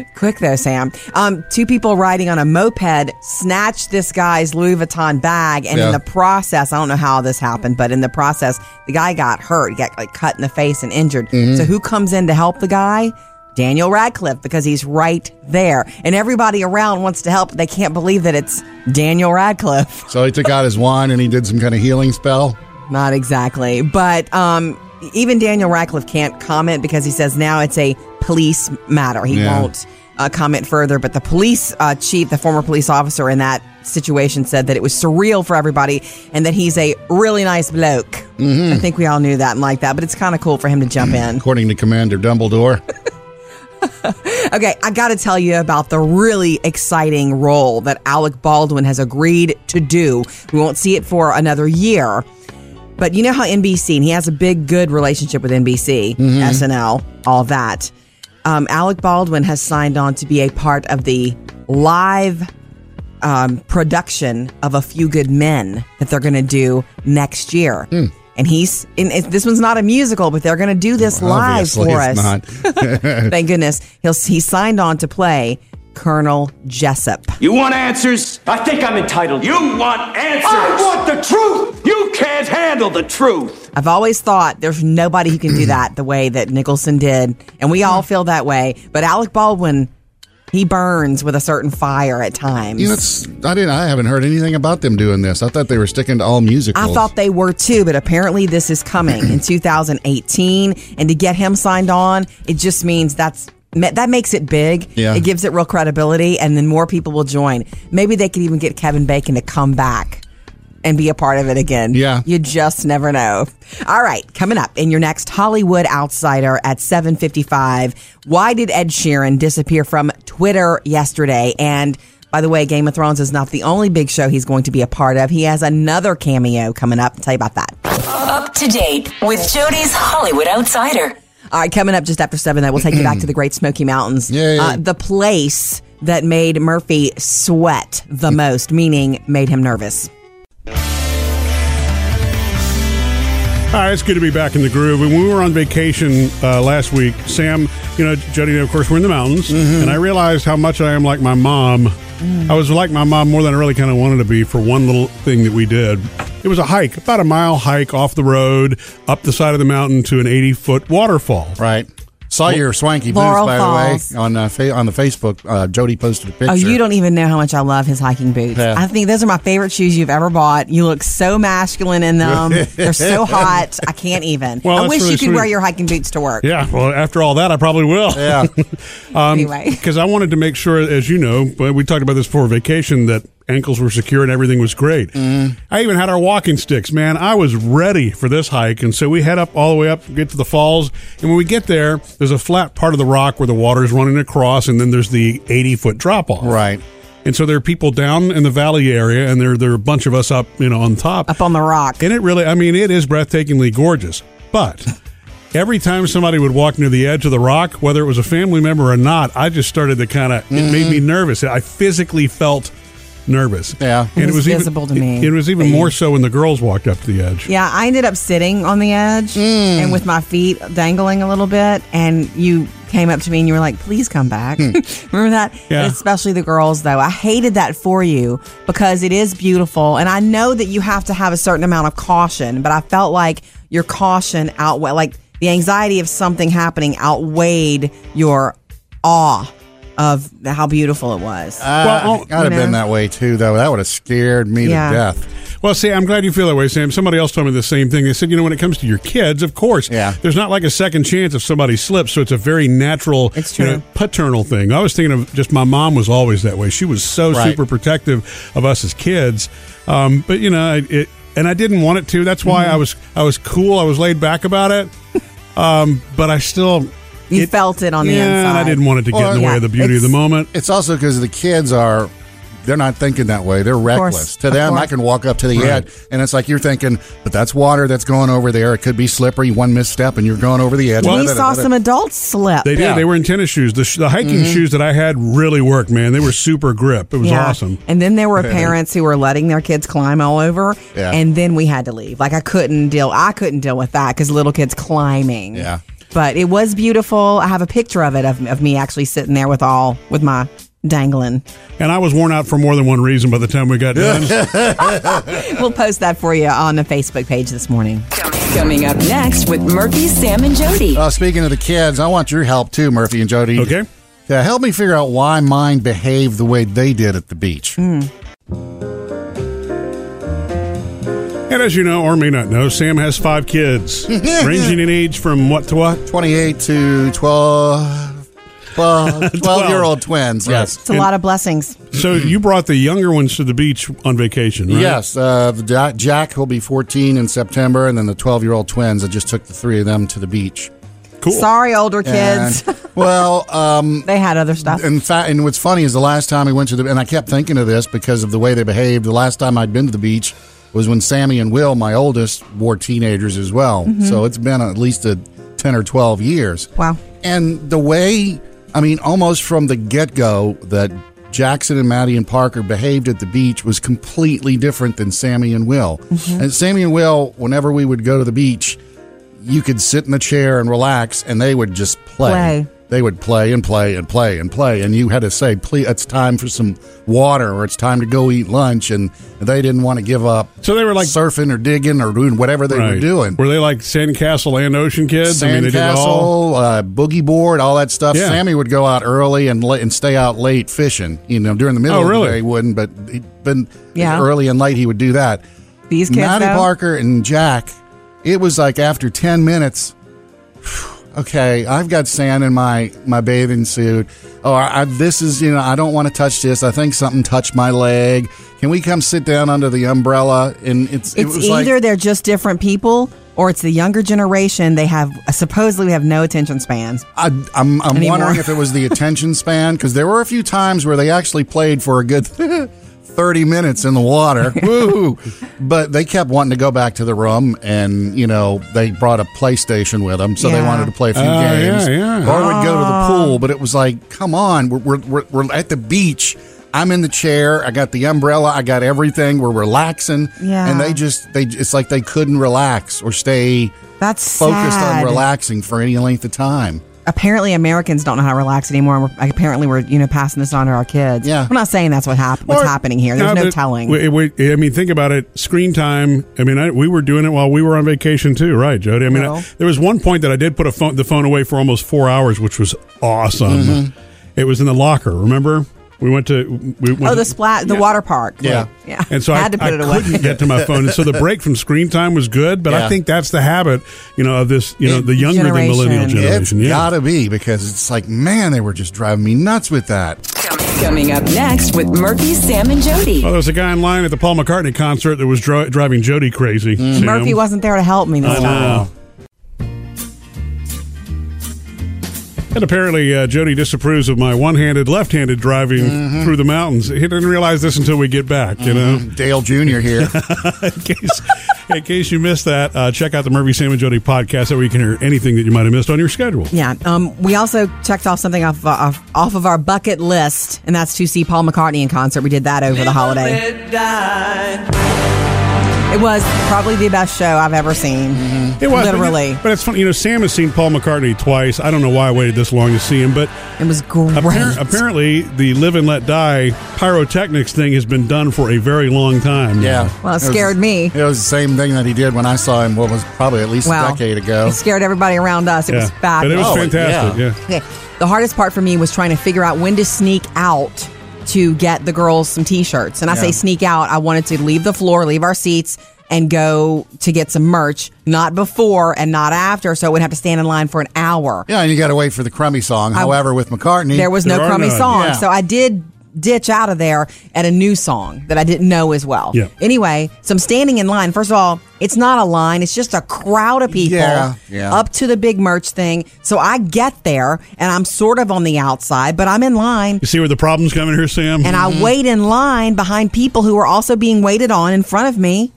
Speaker 2: Quick though, Sam. Um, two people riding on a moped snatched this guy's Louis Vuitton bag, and
Speaker 3: Yeah.
Speaker 2: in the process, I don't know how this happened, but in the process, the guy got hurt, he got like cut in the face and injured. So who comes in to help the guy? Daniel Radcliffe because he's right there. And everybody around wants to help. They can't believe that it's Daniel Radcliffe.
Speaker 3: So he took out his wand and he did some kind of healing spell.
Speaker 2: Not exactly. But um, even Daniel Radcliffe can't comment because he says now it's a police matter. He
Speaker 3: Yeah.
Speaker 2: won't uh, comment further. But the police uh, chief, the former police officer in that situation, said that it was surreal for everybody and that he's a really nice bloke. I think we all knew that and like that. But it's kind of cool for him to jump in.
Speaker 3: According to Commander Dumbledore,
Speaker 2: Okay, I got to tell you about the really exciting role that Alec Baldwin has agreed to do. We won't see it for another year. But you know how NBC, and he has a big, good relationship with NBC,
Speaker 3: Mm-hmm.
Speaker 2: SNL, all that. Um, Alec Baldwin has signed on to be a part of the live um, production of A Few Good Men that they're going to do next year.
Speaker 3: Hmm.
Speaker 2: And he's, and it, this one's not a musical, but they're going to do this live
Speaker 3: obviously
Speaker 2: for us.
Speaker 3: it's not.
Speaker 2: Thank goodness he'll he signed on to play Colonel Jessup.
Speaker 7: You want answers?
Speaker 8: I think I'm entitled.
Speaker 7: You want answers?
Speaker 8: I want the truth!
Speaker 7: You can't handle the truth.
Speaker 2: I've always thought there's nobody who can do that the way that Nicholson did, and we all feel that way. But Alec Baldwin, he burns with a certain fire at times.
Speaker 3: You know, it's- I didn't. I haven't heard anything about them doing this. I thought they were sticking to all musicals.
Speaker 2: I thought they were too, but apparently this is coming in 2018, and to get him signed on, it just means that's ma- that makes it big.
Speaker 3: Yeah.
Speaker 2: It gives it real credibility, and then more people will join. Maybe they could even get Kevin Bacon to come back and be a part of it again.
Speaker 3: Yeah.
Speaker 2: you just never know. All right, coming up in your next Hollywood Outsider at 7:55. Why did Ed Sheeran disappear from Twitter yesterday? And by the way, Game of Thrones is not the only big show he's going to be a part of. He has another cameo coming up. I'll tell you about that.
Speaker 4: Up to date with Jody's Hollywood Outsider.
Speaker 2: All right, coming up just after seven, that will take you back to the Great Smoky Mountains.
Speaker 3: Yay.
Speaker 2: Uh, the place that made Murphy sweat the most, meaning made him nervous.
Speaker 1: All right, it's good to be back in the groove. When we were on vacation uh, last week, Sam, you know, Jody, and I, of course, we're in the mountains, and I realized how much I am like my mom. I was like my mom more than I really kind of wanted to be for one little thing that we did. It was a hike, about a mile hike off the road, up the side of the mountain to an 80 foot waterfall.
Speaker 3: right. Saw your swanky boots,
Speaker 2: Laurel
Speaker 3: by
Speaker 2: Falls.
Speaker 3: the way, on uh, fa- on the Facebook. Uh, Jody posted a picture.
Speaker 2: Oh, you don't even know how much I love his hiking boots.
Speaker 3: Yeah.
Speaker 2: I think those are my favorite shoes you've ever bought. You look so masculine in them. They're so hot. I can't even.
Speaker 1: Well,
Speaker 2: I
Speaker 1: that's
Speaker 2: wish
Speaker 1: really
Speaker 2: you could
Speaker 1: sweet.
Speaker 2: wear your hiking boots to work.
Speaker 1: Yeah, well, after all that, I probably will.
Speaker 3: Yeah.
Speaker 2: Anyway.
Speaker 1: because I wanted to make sure, as you know, but we talked about this before vacation that ankles were secure and everything was great. I even had our walking sticks, man. I was ready for this hike, and so we head up all the way up, get to the falls, and when we get there, there's a flat part of the rock where the water is running across, and then there's the 80 foot drop off.
Speaker 3: Right.
Speaker 1: And so there are people down in the valley area, and there there are a bunch of us up, you know, on top.
Speaker 2: Up on the rock.
Speaker 1: And it really, I mean, it is breathtakingly gorgeous. But every time somebody would walk near the edge of the rock, whether it was a family member or not, I just started to kind of, it made me nervous. I physically felt nervous.
Speaker 3: Yeah. It
Speaker 2: was visible to
Speaker 1: it-
Speaker 2: me.
Speaker 1: It, was even more so when the girls walked up to the edge.
Speaker 2: Yeah, I ended up sitting on the edge
Speaker 1: Hmm.
Speaker 2: and with my feet dangling a little bit. And you came up to me and you were like, please come back. Remember that?
Speaker 1: Hmm. Yeah.
Speaker 2: Especially the girls, though. I hated that for you because it is beautiful. And I know that you have to have a certain amount of caution, but I felt like your caution outweighed, like the anxiety of something happening outweighed your awe of how beautiful it was.
Speaker 1: Well, oh,
Speaker 3: I'd have
Speaker 2: you
Speaker 3: been
Speaker 2: know.
Speaker 3: that way too, though. That would have scared me
Speaker 2: Yeah.
Speaker 3: to death.
Speaker 1: Well, see, I'm glad you feel that way, Sam. Somebody else told me the same thing. They said, you know, when it comes to your kids, of course,
Speaker 3: Yeah.
Speaker 1: there's not like a second chance if somebody slips. So it's a very natural,
Speaker 2: It's
Speaker 1: you know,
Speaker 2: true.
Speaker 1: paternal thing. I was thinking of just my mom was always that way. She was so
Speaker 3: Right.
Speaker 1: super protective of us as kids. Um, but you know, it, it and I didn't want it to. That's why
Speaker 2: Mm-hmm.
Speaker 1: I was I was cool. I was laid back about it. um, but I still
Speaker 2: You felt it on the
Speaker 1: yeah, and I
Speaker 2: inside.
Speaker 1: didn't want it to get
Speaker 3: Well,
Speaker 1: in the way
Speaker 2: yeah,
Speaker 1: of the beauty of the
Speaker 2: it's-
Speaker 1: moment.
Speaker 3: It's also because the kids are. They're not thinking that way. They're
Speaker 2: course,
Speaker 3: reckless. to
Speaker 2: of
Speaker 3: them, I
Speaker 2: course.
Speaker 3: can walk up to the
Speaker 1: Right.
Speaker 3: edge, and it's like you're thinking, but that's water that's going over there. It could be slippery. One misstep, and you're going over the edge.
Speaker 2: we saw some adults slip.
Speaker 1: They did.
Speaker 3: Yeah. Mm-hmm.
Speaker 1: They were in tennis shoes. The, sh- the hiking shoes that I had really worked, man. They were super grip. It was
Speaker 2: Yeah.
Speaker 1: awesome.
Speaker 2: And then there were parents who were letting their kids climb all over,
Speaker 3: Yeah.
Speaker 2: and then we had to leave. Like I couldn't deal. I couldn't deal with that because little kids climbing.
Speaker 3: Yeah.
Speaker 2: But it was beautiful. I have a picture of it of, of me actually sitting there with all with my dangling.
Speaker 1: And I was worn out for more than one reason by the time we got done.
Speaker 2: We'll post that for you on the Facebook page this morning.
Speaker 4: Coming up next with Murphy, Sam, and Jody.
Speaker 3: Uh, speaking of the kids, I want your help too, Murphy and Jody.
Speaker 1: Okay.
Speaker 3: Yeah, help me figure out why mine behaved the way they did at the beach.
Speaker 2: Hmm.
Speaker 1: And as you know, or may not know, Sam has five kids, ranging in age from what to what?
Speaker 3: 28 to 12, 12, 12 year old twins. Yes.
Speaker 2: It's a lot of blessings.
Speaker 1: So
Speaker 3: Mm-hmm.
Speaker 1: you brought the younger ones to the beach on vacation, right?
Speaker 3: Yes. Uh, the Ja- Jack will be 14 in September, and then the 12 year old twins. I just took the three of them to the beach.
Speaker 1: Cool.
Speaker 2: Sorry, older
Speaker 3: And-
Speaker 2: kids.
Speaker 3: well, um,
Speaker 2: they had other stuff.
Speaker 3: in fact, and what's funny is the last time we went to the, and I kept thinking of this because of the way they behaved. The last time I'd been to the beach was when Sammy and Will, my oldest, were teenagers as well. So it's been at least a ten or twelve years.
Speaker 2: Wow.
Speaker 3: And the way, I mean, almost from the get go, that Jackson and Maddie and Parker behaved at the beach was completely different than Sammy and Will. And Sammy and Will, whenever we would go to the beach, you could sit in the chair and relax, and they would just play.
Speaker 2: Play.
Speaker 3: They would play and play and play and play, and you had to say, "Please, it's time for some water, or it's time to go eat lunch." And they didn't want to give up.
Speaker 1: So they were like-
Speaker 3: surfing or digging or doing whatever they
Speaker 1: Right.
Speaker 3: were doing.
Speaker 1: Were they like Sandcastle and Ocean kids? I mean, they did it all.
Speaker 3: Sandcastle, uh, boogie board, all that stuff.
Speaker 1: Yeah.
Speaker 3: Sammy would go out early and la- and stay out late fishing. You know, during the middle
Speaker 1: Oh,
Speaker 3: of
Speaker 1: really?
Speaker 3: the day, he wouldn't, but he'd been
Speaker 2: Yeah.
Speaker 3: early and late. He would do that.
Speaker 2: These kids,
Speaker 3: Maddie
Speaker 2: though,
Speaker 3: Parker and Jack, it was like after ten minutes. Okay, I've got sand in my my bathing suit. Or I, this is you know I don't want to touch this. I think something touched my leg. Can we come sit down under the umbrella? And it's it
Speaker 2: it's
Speaker 3: was like-
Speaker 2: either they're just different people or it's the younger generation. They have supposedly have no attention spans.
Speaker 3: I, I'm, I'm
Speaker 2: Anymore.
Speaker 3: wondering if it was the attention span because there were a few times where they actually played for a good 30 minutes in the water. Woo! But they kept wanting to go back to the room, and you know they brought a PlayStation with them, so they
Speaker 2: Yeah. Oh.
Speaker 3: wanted to play a few
Speaker 1: Oh,
Speaker 3: games,
Speaker 1: yeah, yeah.
Speaker 3: or would go to the pool. But it was like, come on, we're, we're, we're, we're at the beach. I'm in the chair. I got the umbrella. I got everything. We're relaxing,
Speaker 2: Yeah.
Speaker 3: and they just they it's like they couldn't relax or stay
Speaker 2: That's
Speaker 3: focused
Speaker 2: sad.
Speaker 3: on relaxing for any length of time.
Speaker 2: Apparently, Americans don't know how to relax anymore. And we're, apparently, we're you know passing this on to our kids.
Speaker 3: Yeah.
Speaker 2: I'm not saying that's what hap- what's
Speaker 1: Or-
Speaker 2: happening here. There's no,
Speaker 1: but
Speaker 2: telling.
Speaker 1: we- we- I mean, think about it. Screen time. I mean, I, we were doing it while we were on vacation too, right, Jody? I mean,
Speaker 2: No.
Speaker 1: I- there was one point that I did put a phone, the phone away for almost four hours, which was awesome.
Speaker 2: Mm-hmm.
Speaker 1: It was in the locker. Remember, we went to we went
Speaker 2: oh,
Speaker 1: to-
Speaker 2: the splat, the
Speaker 1: Yeah.
Speaker 2: water park.
Speaker 3: Yeah.
Speaker 2: yeah.
Speaker 1: And so I,
Speaker 2: had to put
Speaker 1: I
Speaker 2: it away.
Speaker 1: couldn't get to my phone. And so the break from screen time was good, but I
Speaker 3: Yeah.
Speaker 1: think that's the habit, you know, of this, you know, the younger than
Speaker 2: Generation.
Speaker 1: millennial
Speaker 3: It's
Speaker 1: generation. yeah.
Speaker 3: gotta be because it's like, man, they were just driving me nuts with that.
Speaker 4: Coming up next with Murphy, Sam, and Jody.
Speaker 1: Well, there was a guy in line at the Paul McCartney concert that was dri- driving Jody crazy. Sam.
Speaker 2: Mm. Murphy wasn't there to help me this
Speaker 1: I
Speaker 2: time.
Speaker 1: know. And apparently, uh, Jody disapproves of my one-handed, left-handed driving
Speaker 2: Mm-hmm.
Speaker 1: through the mountains. He didn't realize this until we get back. You know,
Speaker 3: Dale Jr. here.
Speaker 1: in case in case you missed that, uh, check out the Murphy Sam and Jody podcast, where you can hear anything that you might have missed on your schedule.
Speaker 2: Yeah. Um, we also checked off something off, uh, off off of our bucket list, and that's to see Paul McCartney in concert. We did that over the holiday. It was probably the best show I've ever seen.
Speaker 1: It was but-
Speaker 2: Literally.
Speaker 1: but it's funny. You know, Sam has seen Paul McCartney twice. I don't know why I waited this long to see him, but
Speaker 2: It was great.
Speaker 1: appar- apparently, the "Live and Let Die" pyrotechnics thing has been done for a very long time.
Speaker 3: Yeah.
Speaker 2: Well, it
Speaker 3: was-
Speaker 2: scared me.
Speaker 3: It was the same thing that he did when I saw him, what was probably at least
Speaker 2: Wow.
Speaker 3: a decade ago.
Speaker 2: It scared everybody around us. It
Speaker 1: yeah.
Speaker 2: was
Speaker 1: but it
Speaker 2: fabulous.
Speaker 1: was
Speaker 3: Oh,
Speaker 1: fantastic. Yeah.
Speaker 3: yeah.
Speaker 2: Okay. The hardest part for me was trying to figure out when to sneak out to get the girls some t-shirts. And I say
Speaker 3: Yeah.
Speaker 2: sneak out, I wanted to leave the floor, leave our seats and go to get some merch, not before and not after, so I would have to stand in line for an hour.
Speaker 3: Yeah, and you gotta wait for the crummy song. However, with McCartney,
Speaker 2: There was no
Speaker 1: There are
Speaker 2: crummy
Speaker 1: none.
Speaker 2: song.
Speaker 3: Yeah.
Speaker 2: So I did ditch out of there at a new song that I didn't know as well.
Speaker 1: Yeah.
Speaker 2: Anyway, so I'm standing in line. First of all, it's not a line, it's just a crowd of people
Speaker 3: Yeah, yeah.
Speaker 2: up to the big merch thing. So I get there and I'm sort of on the outside, but I'm in line.
Speaker 1: You see where the problem's coming here, Sam?
Speaker 2: And
Speaker 3: Mm-hmm.
Speaker 2: I wait in line behind people who are also being waited on in front of me.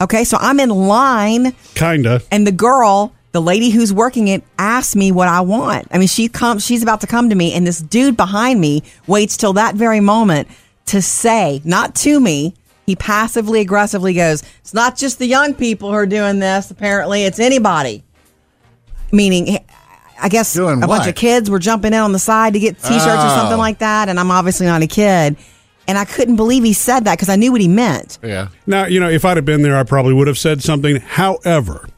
Speaker 2: Okay, so I'm in line
Speaker 1: kinda.
Speaker 2: and the girl the lady who's working it asks me what I want. I mean, she comes, she's about to come to me, and this dude behind me waits till that very moment to say, not to me. He passively aggressively goes, "It's not just the young people who are doing this. Apparently, it's anybody." Meaning, I guess
Speaker 3: Doing
Speaker 2: a bunch
Speaker 3: what?
Speaker 2: of kids were jumping in on the side to get T-shirts or something
Speaker 3: Oh.
Speaker 2: like that, and I'm obviously not a kid, and I couldn't believe he said that because I knew what he meant.
Speaker 3: Yeah.
Speaker 1: Now you know if I'd have been there, I probably would have said something. However,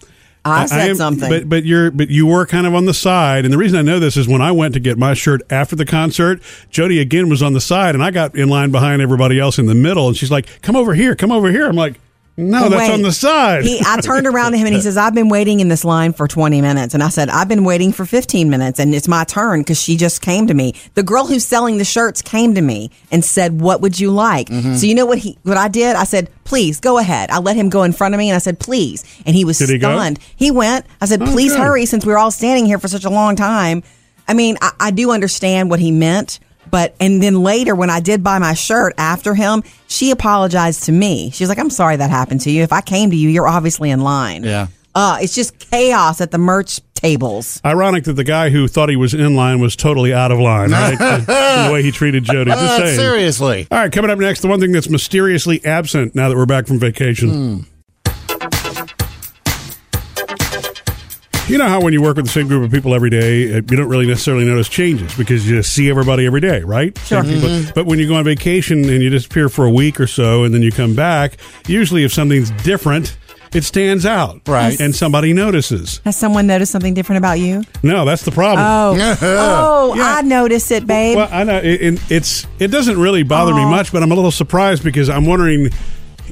Speaker 2: I said
Speaker 1: am-
Speaker 2: something.
Speaker 1: But but you're but you were kind of on the side, and the reason I know this is when I went to get my shirt after the concert, Jody again was on the side, and I got in line behind everybody else in the middle, and she's like, "Come over here, come over here." I'm like, "No, that's
Speaker 2: Oh, Wait.
Speaker 1: on the side."
Speaker 2: He, I turned around to him and he says, I've been waiting in this line for 20 minutes. And I said, I've been waiting for 15 minutes and it's my turn because she just came to me. The girl who's selling the shirts came to me and said, What would you like?
Speaker 1: Mm-hmm.
Speaker 2: So you know what he, what I did? I said, Please go ahead. I let him go in front of me and I said, Please. And he was
Speaker 1: Did he go?
Speaker 2: stunned. He, went. I said,
Speaker 1: Oh,
Speaker 2: Please
Speaker 1: good.
Speaker 2: hurry since we were all standing here for such a long time. I mean, I, I do understand what he meant. But and then later when I did buy my shirt after him, she apologized to me. She's like, "I'm sorry that happened to you. If I came to you, you're obviously in line."
Speaker 3: Yeah.
Speaker 2: Uh, it's just chaos at the merch tables.
Speaker 1: Ironic that the guy who thought he was in line was totally out of line, right? the way he treated Jody. Just
Speaker 3: Uh,
Speaker 1: saying.
Speaker 3: seriously.
Speaker 1: All right, coming up next, the one thing that's mysteriously absent now that we're back from vacation. You know how when you work with the same group of people every day, uh, you don't really necessarily notice changes because you just see everybody every day, right? Same people. But when you go on vacation and you disappear for a week or so and then you come back, usually if something's different, it stands out.
Speaker 3: Right.
Speaker 1: And somebody notices.
Speaker 2: Has someone noticed something different about you?
Speaker 1: No, that's the problem.
Speaker 2: Oh, oh,
Speaker 1: Yeah.
Speaker 2: I noticed it, babe.
Speaker 1: Well, I know it, it, it's it doesn't really bother me much, but I'm a little surprised because I'm wondering.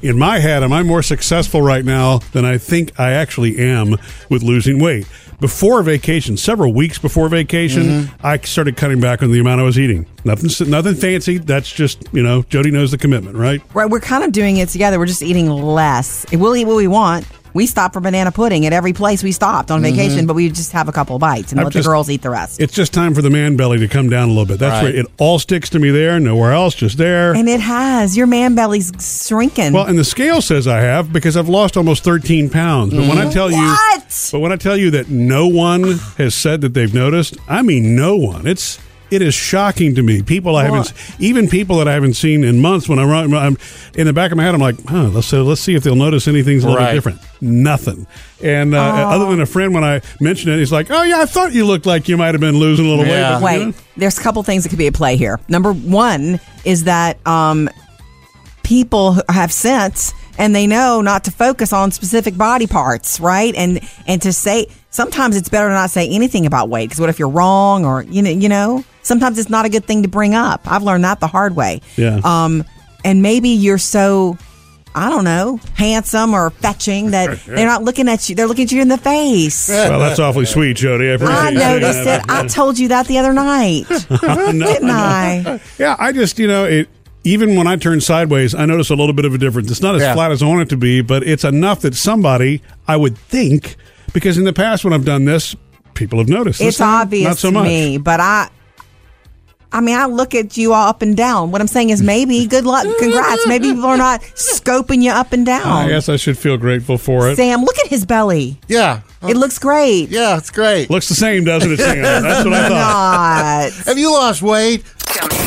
Speaker 1: In my head, am I more successful right now than I think I actually am with losing weight? Before vacation, several weeks before vacation,
Speaker 2: Mm-hmm.
Speaker 1: I started cutting back on the amount I was eating. Nothing, nothing fancy. That's just you know, Jody knows the commitment, right?
Speaker 2: Right, we're kind of doing it together. We're just eating less. We'll eat what we want. We stop for banana pudding at every place we stopped on vacation, but we just have a couple bites and
Speaker 1: I'm
Speaker 2: let
Speaker 1: Mm-hmm. just-
Speaker 2: the girls eat the rest.
Speaker 1: It's just time for the man belly to come down a little bit. That's
Speaker 3: Right.
Speaker 1: where it all sticks to me. There, nowhere else, just there.
Speaker 2: and it has your man belly's shrinking.
Speaker 1: Well, and the scale says I have because I've lost almost 13 pounds. But when I tell you,
Speaker 2: What?
Speaker 1: but when I tell you that no one has said that they've noticed, I mean no one. It's it is shocking to me. People I haven't, even people that I haven't seen in months. When I run, I'm in the back of my head, I'm like, huh. Let's so let's see if they'll notice anything's a little
Speaker 3: Right.
Speaker 1: bit different. Nothing. And uh, other than a friend, when I mentioned it, he's like, oh yeah, I thought you looked like you might have been losing a little weight.
Speaker 3: Yeah.
Speaker 1: but, you know."
Speaker 2: Wait, there's a couple things that could be at play here. Number one is that um, people who have sense and they know not to focus on specific body parts, right? And and to say sometimes it's better to not say anything about weight because what if you're wrong or you know you know sometimes it's not a good thing to bring up. I've learned that the hard way.
Speaker 1: Yeah.
Speaker 2: Um, and maybe you're so. I don't know, handsome or fetching that they're not looking at you. They're looking at you in the face.
Speaker 1: Well, that's awfully sweet, Jody. I appreciate
Speaker 2: I
Speaker 1: you saying
Speaker 2: noticed it.
Speaker 1: that.
Speaker 2: I told you that the other night, didn't I?
Speaker 1: Yeah, I just you know it. Even when I turn sideways, I notice a little bit of a difference. It's not as
Speaker 3: Yeah.
Speaker 1: flat as I want it to be, but it's enough that somebody, I would think, because in the past when I've done this, people have noticed. This
Speaker 2: It's
Speaker 1: time,
Speaker 2: obvious
Speaker 1: not so
Speaker 2: to
Speaker 1: much.
Speaker 2: me, but I. I mean, I look at you all up and down. What I'm saying is, maybe good luck, congrats. Maybe people are not scoping you up and
Speaker 1: I
Speaker 2: down.
Speaker 1: guess I should feel grateful for it.
Speaker 2: Sam, look at his belly.
Speaker 3: Yeah.
Speaker 2: It looks great.
Speaker 3: Yeah, it's great.
Speaker 1: Looks the same, doesn't it, Sam? That's what I thought.
Speaker 2: Not.
Speaker 3: Have you lost weight?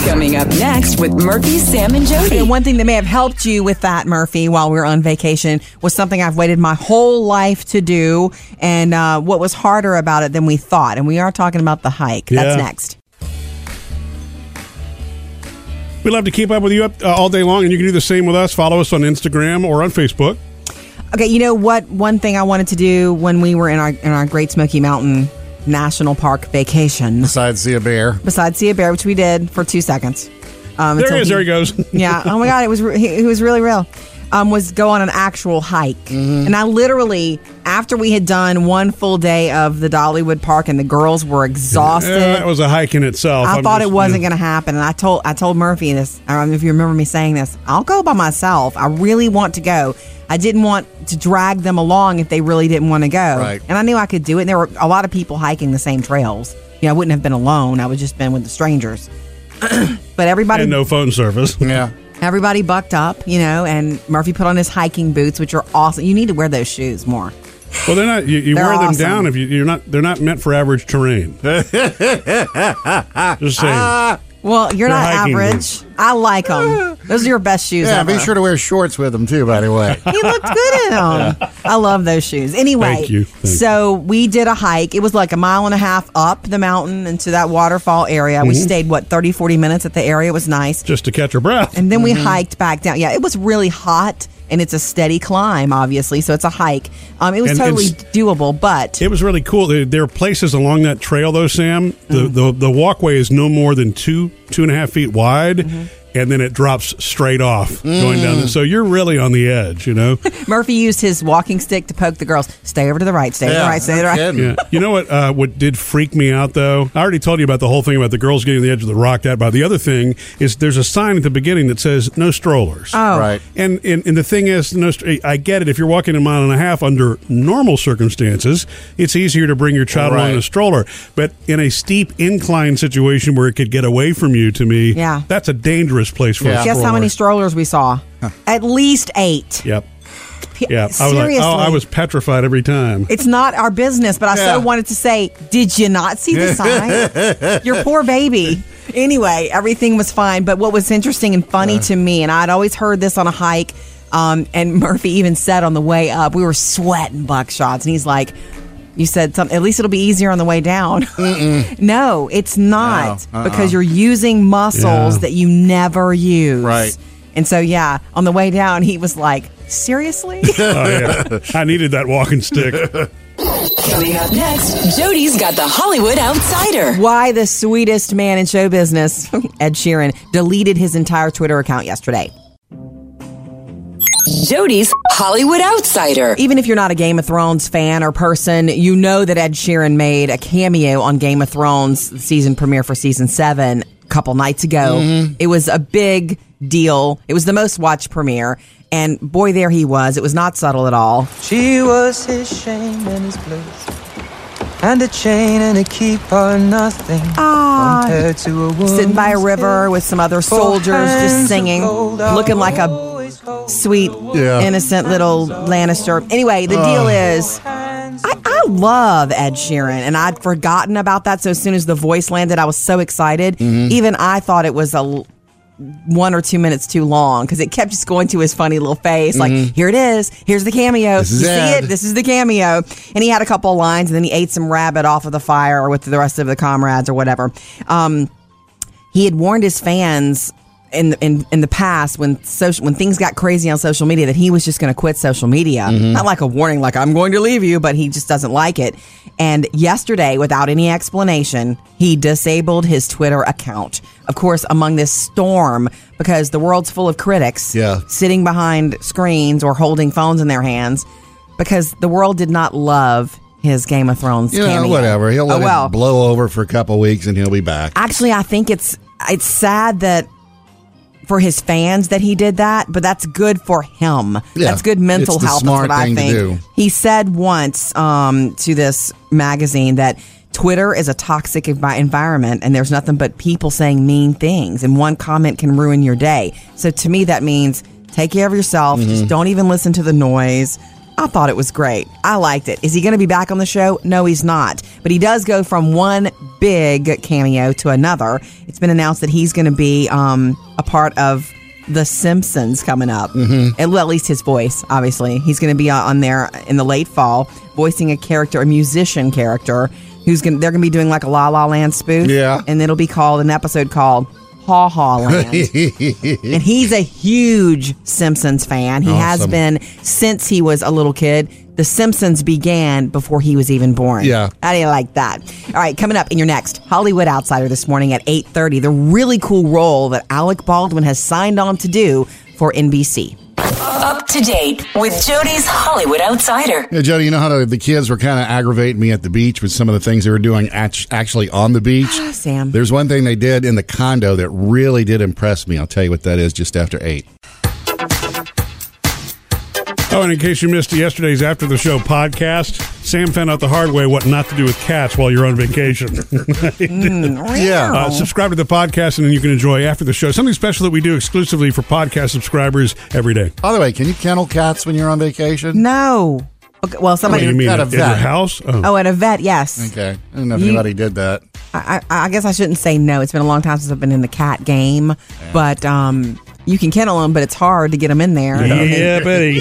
Speaker 4: Coming up next with Murphy, Sam, and Jody.
Speaker 2: And one thing that may have helped you with that, Murphy, while we were on vacation, was something I've waited my whole life to do, and uh, what was harder about it than we thought. And we are talking about the hike. That's
Speaker 1: Yeah.
Speaker 2: next.
Speaker 1: We love to keep up with you up, uh, all day long, and you can do the same with us. Follow us on Instagram or on Facebook.
Speaker 2: Okay, you know what? One thing I wanted to do when we were in our in our Great Smoky Mountain National Park vacation,
Speaker 3: Besides, see a bear.
Speaker 2: besides see a bear, which we did for two seconds. Um,
Speaker 1: There
Speaker 2: until
Speaker 1: he is.
Speaker 2: he-
Speaker 1: There he goes.
Speaker 2: yeah. Oh my God, it was re- he, he was really real. Um, was go on an actual hike,
Speaker 1: Mm-hmm.
Speaker 2: and I literally after we had done one full day of the Dollywood Park, and the girls were exhausted.
Speaker 1: Yeah, that was a hike in itself.
Speaker 2: I
Speaker 1: I'm
Speaker 2: thought
Speaker 1: just,
Speaker 2: it wasn't going to happen, and I told I told Murphy this. I don't know if you remember me saying this. I'll go by myself. I really want to go. I didn't want to drag them along if they really didn't want to go.
Speaker 3: Right.
Speaker 2: And I knew I could do it. And there were a lot of people hiking the same trails. You know, I wouldn't have been alone. I would just been with the strangers. but everybody
Speaker 1: And no phone service.
Speaker 3: Yeah.
Speaker 2: everybody bucked up, you know, and Murphy put on his hiking boots, which are awesome. You need to wear those shoes more.
Speaker 1: Well, they're not. You, you
Speaker 2: They're
Speaker 1: wear them
Speaker 2: awesome.
Speaker 1: down if you, you're not. They're not meant for average terrain. Just saying.
Speaker 2: Well, you're
Speaker 1: They're
Speaker 2: not
Speaker 1: hiking
Speaker 2: average.
Speaker 1: boots.
Speaker 2: I like them. Those are your best shoes.
Speaker 3: Yeah,
Speaker 2: ever.
Speaker 3: be sure to wear shorts with them, too, by the way.
Speaker 2: he looked good in them. I love those shoes. Anyway,
Speaker 1: Thank you. Thank
Speaker 2: so we did a hike. It was like a mile and a half up the mountain into that waterfall area.
Speaker 1: Mm-hmm.
Speaker 2: We stayed, what, 30, 40 minutes at the area. It was nice.
Speaker 1: just to catch her breath.
Speaker 2: And then we hiked back down. Yeah, it was really hot. and it's a steady climb, obviously. So it's a hike. Um, it was
Speaker 1: And- and
Speaker 2: totally
Speaker 1: s-
Speaker 2: doable, but
Speaker 1: It was really cool. There- There are places along that trail, though, Sam. The
Speaker 2: Mm-hmm.
Speaker 1: the, the walkway is no more than two two and a half feet wide,
Speaker 2: Mm-hmm.
Speaker 1: and then it drops straight off going down. The, so you're really on the edge, you know.
Speaker 2: Murphy used his walking stick to poke the girls. Stay over to the right. Stay to the right. Stay to the
Speaker 3: no
Speaker 2: right.
Speaker 3: kidding.
Speaker 1: Yeah. You know what? Uh, what did freak me out though? I already told you about the whole thing about the girls getting the edge of the rock. That by the other thing is there's a sign at the beginning that says no strollers.
Speaker 2: Oh,
Speaker 3: Right.
Speaker 1: And, and and the thing is, no, str- I get it. If you're walking a mile and a half under normal circumstances, it's easier to bring your child along in a
Speaker 3: Right.
Speaker 1: stroller. But in a steep incline situation where it could get away from you, to me,
Speaker 2: Yeah.
Speaker 1: that's a dangerous place for
Speaker 3: Yeah.
Speaker 1: a
Speaker 2: Guess
Speaker 1: stroller.
Speaker 2: how many strollers we saw? At least eight.
Speaker 1: Yep.
Speaker 2: P-
Speaker 1: Yeah. I was
Speaker 2: Seriously.
Speaker 1: like, oh, I was petrified every time.
Speaker 2: It's not our business, but I
Speaker 3: Yeah.
Speaker 2: so wanted to say, did you not see the sign? Your poor baby. Anyway, everything was fine. But what was interesting and funny to me, and I'd always heard this on a hike, um, and Murphy even said on the way up, we were sweating buckshots, and he's like, you said something. At least it'll be easier on the way down. no, it's not
Speaker 3: No, uh-uh.
Speaker 2: because you're using muscles
Speaker 1: Yeah.
Speaker 2: that you never use.
Speaker 3: Right.
Speaker 2: And so, yeah, on the way down, he was like, "Seriously."
Speaker 1: Oh, yeah. I needed that walking stick.
Speaker 4: Coming up next, Jody's got the Hollywood Outsider.
Speaker 2: why the sweetest man in show business, Ed Sheeran, deleted his entire Twitter account yesterday.
Speaker 4: Jody's Hollywood Outsider.
Speaker 2: Even if you're not a Game of Thrones fan or person, you know that Ed Sheeran made a cameo on Game of Thrones the season premiere for season seven a couple nights ago. It was a big deal. It was the most watched premiere. And boy, there he was. It was not subtle at all.
Speaker 9: She was his shame and his bliss. And a chain and a keep are nothing
Speaker 2: Ah.
Speaker 9: compared to a woman.
Speaker 2: Sitting by a river with some other soldiers just singing, looking like a sweet,
Speaker 3: Yeah.
Speaker 2: innocent little Lannister. Anyway, the deal is, I, I love Ed Sheeran, and I'd forgotten about that. So as soon as the voice landed, I was so excited.
Speaker 3: Mm-hmm.
Speaker 2: Even I thought it was a l- one or two minutes too long because it kept just going to his funny little face, like here it is, here's the cameo,
Speaker 3: Mm-hmm. This is
Speaker 2: you see
Speaker 3: Ed.
Speaker 2: it, this is the cameo. And he had a couple of lines, and then he ate some rabbit off of the fire with the rest of the comrades or whatever. Um, he had warned his fans in the, in in the past when social when things got crazy on social media that he was just going to quit social media.
Speaker 3: Mm-hmm.
Speaker 2: Not like a warning, like I'm going to leave you, but he just doesn't like it. And yesterday, without any explanation, he disabled his Twitter account. Of course, among this storm, because the world's full of critics
Speaker 3: Yeah.
Speaker 2: sitting behind screens or holding phones in their hands, because the world did not love his Game of Thrones.
Speaker 3: You know,
Speaker 2: cameo.
Speaker 3: whatever. He'll let
Speaker 2: oh, well.
Speaker 3: it blow over for a couple weeks and he'll be back.
Speaker 2: actually i think it's it's sad that for his fans that he did that but that's good for him
Speaker 3: Yeah,
Speaker 2: that's good mental
Speaker 3: it's the
Speaker 2: health
Speaker 3: smart
Speaker 2: is what
Speaker 3: thing to
Speaker 2: i think
Speaker 3: do.
Speaker 2: he said once um, to this magazine that twitter is a toxic envi- environment and there's nothing but people saying mean things and one comment can ruin your day so to me that means take care of yourself just don't even listen to the noise I thought it was great. I liked it. Is he going to be back on the show? No, he's not. But he does go from one big cameo to another. It's been announced that he's going to be um, a part of The Simpsons coming up. Mm-hmm. At, well, at least his voice, obviously. He's going to be on- on there in the late fall, voicing a character, a musician character, who's going. to They're going to be doing like a La La Land spoof.
Speaker 3: Yeah.
Speaker 2: and it'll be called an episode called Haw Haw Land and he's a huge Simpsons fan. He has
Speaker 3: Awesome.
Speaker 2: been since he was a little kid. The Simpsons began before he was even born.
Speaker 3: Yeah.
Speaker 2: How do you like that? All right, coming up in your next Hollywood Outsider this morning at 8:30, the really cool role that Alec Baldwin has signed on to do for NBC.
Speaker 4: Up to date with Jody's Hollywood Outsider.
Speaker 3: Yeah, Jody, you know how the, the kids were kind of aggravating me at the beach with some of the things they were doing act- actually on the beach?
Speaker 2: Ah, Sam.
Speaker 3: There's one thing they did in the condo that really did impress me. I'll tell you what that is just after eight.
Speaker 1: Oh, and in case you missed yesterday's After the Show podcast, Sam found out the hard way what not to do with cats while you're on vacation.
Speaker 3: Yeah.
Speaker 1: Uh, subscribe to the podcast, and then you can enjoy After the Show, something special that we do exclusively for podcast subscribers every day.
Speaker 3: By the way, can you kennel cats when you're on vacation?
Speaker 2: No. Okay, well,
Speaker 1: What
Speaker 2: somebody
Speaker 1: do you mean?
Speaker 3: got a
Speaker 1: At your
Speaker 3: vet.
Speaker 1: house? Oh.
Speaker 2: Oh, at a vet, yes.
Speaker 3: Okay. I don't know if
Speaker 2: You-
Speaker 3: anybody did that.
Speaker 2: I, I, I guess I shouldn't say no. It's been a long time since I've been in the cat game, but um, you can kennel them, but it's hard to get them in
Speaker 3: Oh.
Speaker 2: there.
Speaker 1: Yeah, buddy.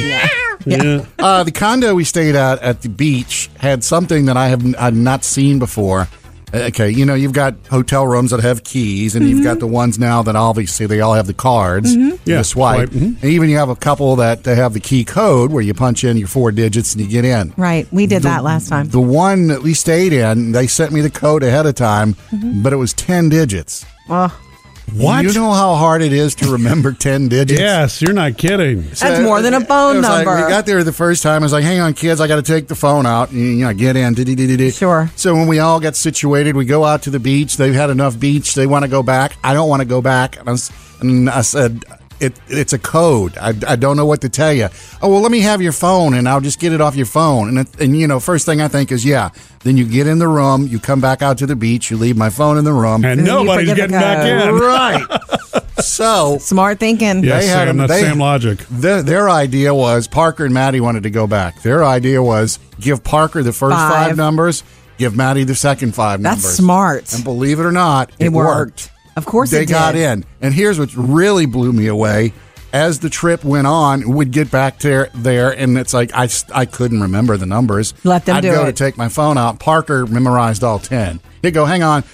Speaker 1: Yeah.
Speaker 3: Uh, the condo we stayed at at the beach had something that I have I'd not seen before. Okay, you know, you've got hotel rooms that have keys, and you've got the ones now that obviously they all have the cards. You
Speaker 1: Yeah,
Speaker 3: just swipe.
Speaker 1: swipe, mhm.
Speaker 3: And even you have a couple that they have the key code where you punch in your four digits and you get in.
Speaker 2: Right. We did that last time.
Speaker 3: The one that we stayed in, they sent me the code ahead of time, but it was 10 digits.
Speaker 2: Ugh.
Speaker 1: What?
Speaker 3: You know how hard it is to remember 10 digits?
Speaker 1: yes, you're not kidding.
Speaker 2: That's more than a phone
Speaker 3: uh, It was like,
Speaker 2: number.
Speaker 3: we got there the first time. I was like, "Hang on, kids, I got to take the phone out and you know get in." dee-dee-dee-dee-dee.
Speaker 2: Sure.
Speaker 3: So when we all got situated, we go out to the beach. They've had enough beach. They want to go back. I don't want to go back. And I, was- and I said, "It it's a code. I, I don't know what to tell you." Oh well, let me have your phone, and I'll just get it off your phone. And it, and you know, first thing I think is, yeah. Then you get in the room. You come back out to the beach. You leave my phone in the room.
Speaker 1: And
Speaker 2: And you
Speaker 1: nobody's
Speaker 2: forget
Speaker 1: getting
Speaker 2: the
Speaker 1: back
Speaker 2: code.
Speaker 1: in.
Speaker 3: right. so
Speaker 2: Smart thinking.
Speaker 1: Yes,
Speaker 3: They had
Speaker 1: Sam,
Speaker 3: them-
Speaker 1: that's
Speaker 3: they-
Speaker 1: Sam logic.
Speaker 3: their, their idea was Parker and Maddie wanted to go back. Their idea was give Parker the first five,
Speaker 2: Five.
Speaker 3: numbers, give Maddie the second five
Speaker 2: That's
Speaker 3: numbers.
Speaker 2: smart.
Speaker 3: And believe it or not, it,
Speaker 2: It worked. Of course
Speaker 3: they
Speaker 2: it
Speaker 3: got
Speaker 2: did.
Speaker 3: in. And here's what really blew me away. As the trip went on, we'd get back there, there, and it's like I, s- I couldn't remember the numbers.
Speaker 2: Let them
Speaker 3: I'd
Speaker 2: do
Speaker 3: go to
Speaker 2: it.
Speaker 3: take my phone out. Parker memorized all ten. He'd go, "Hang on,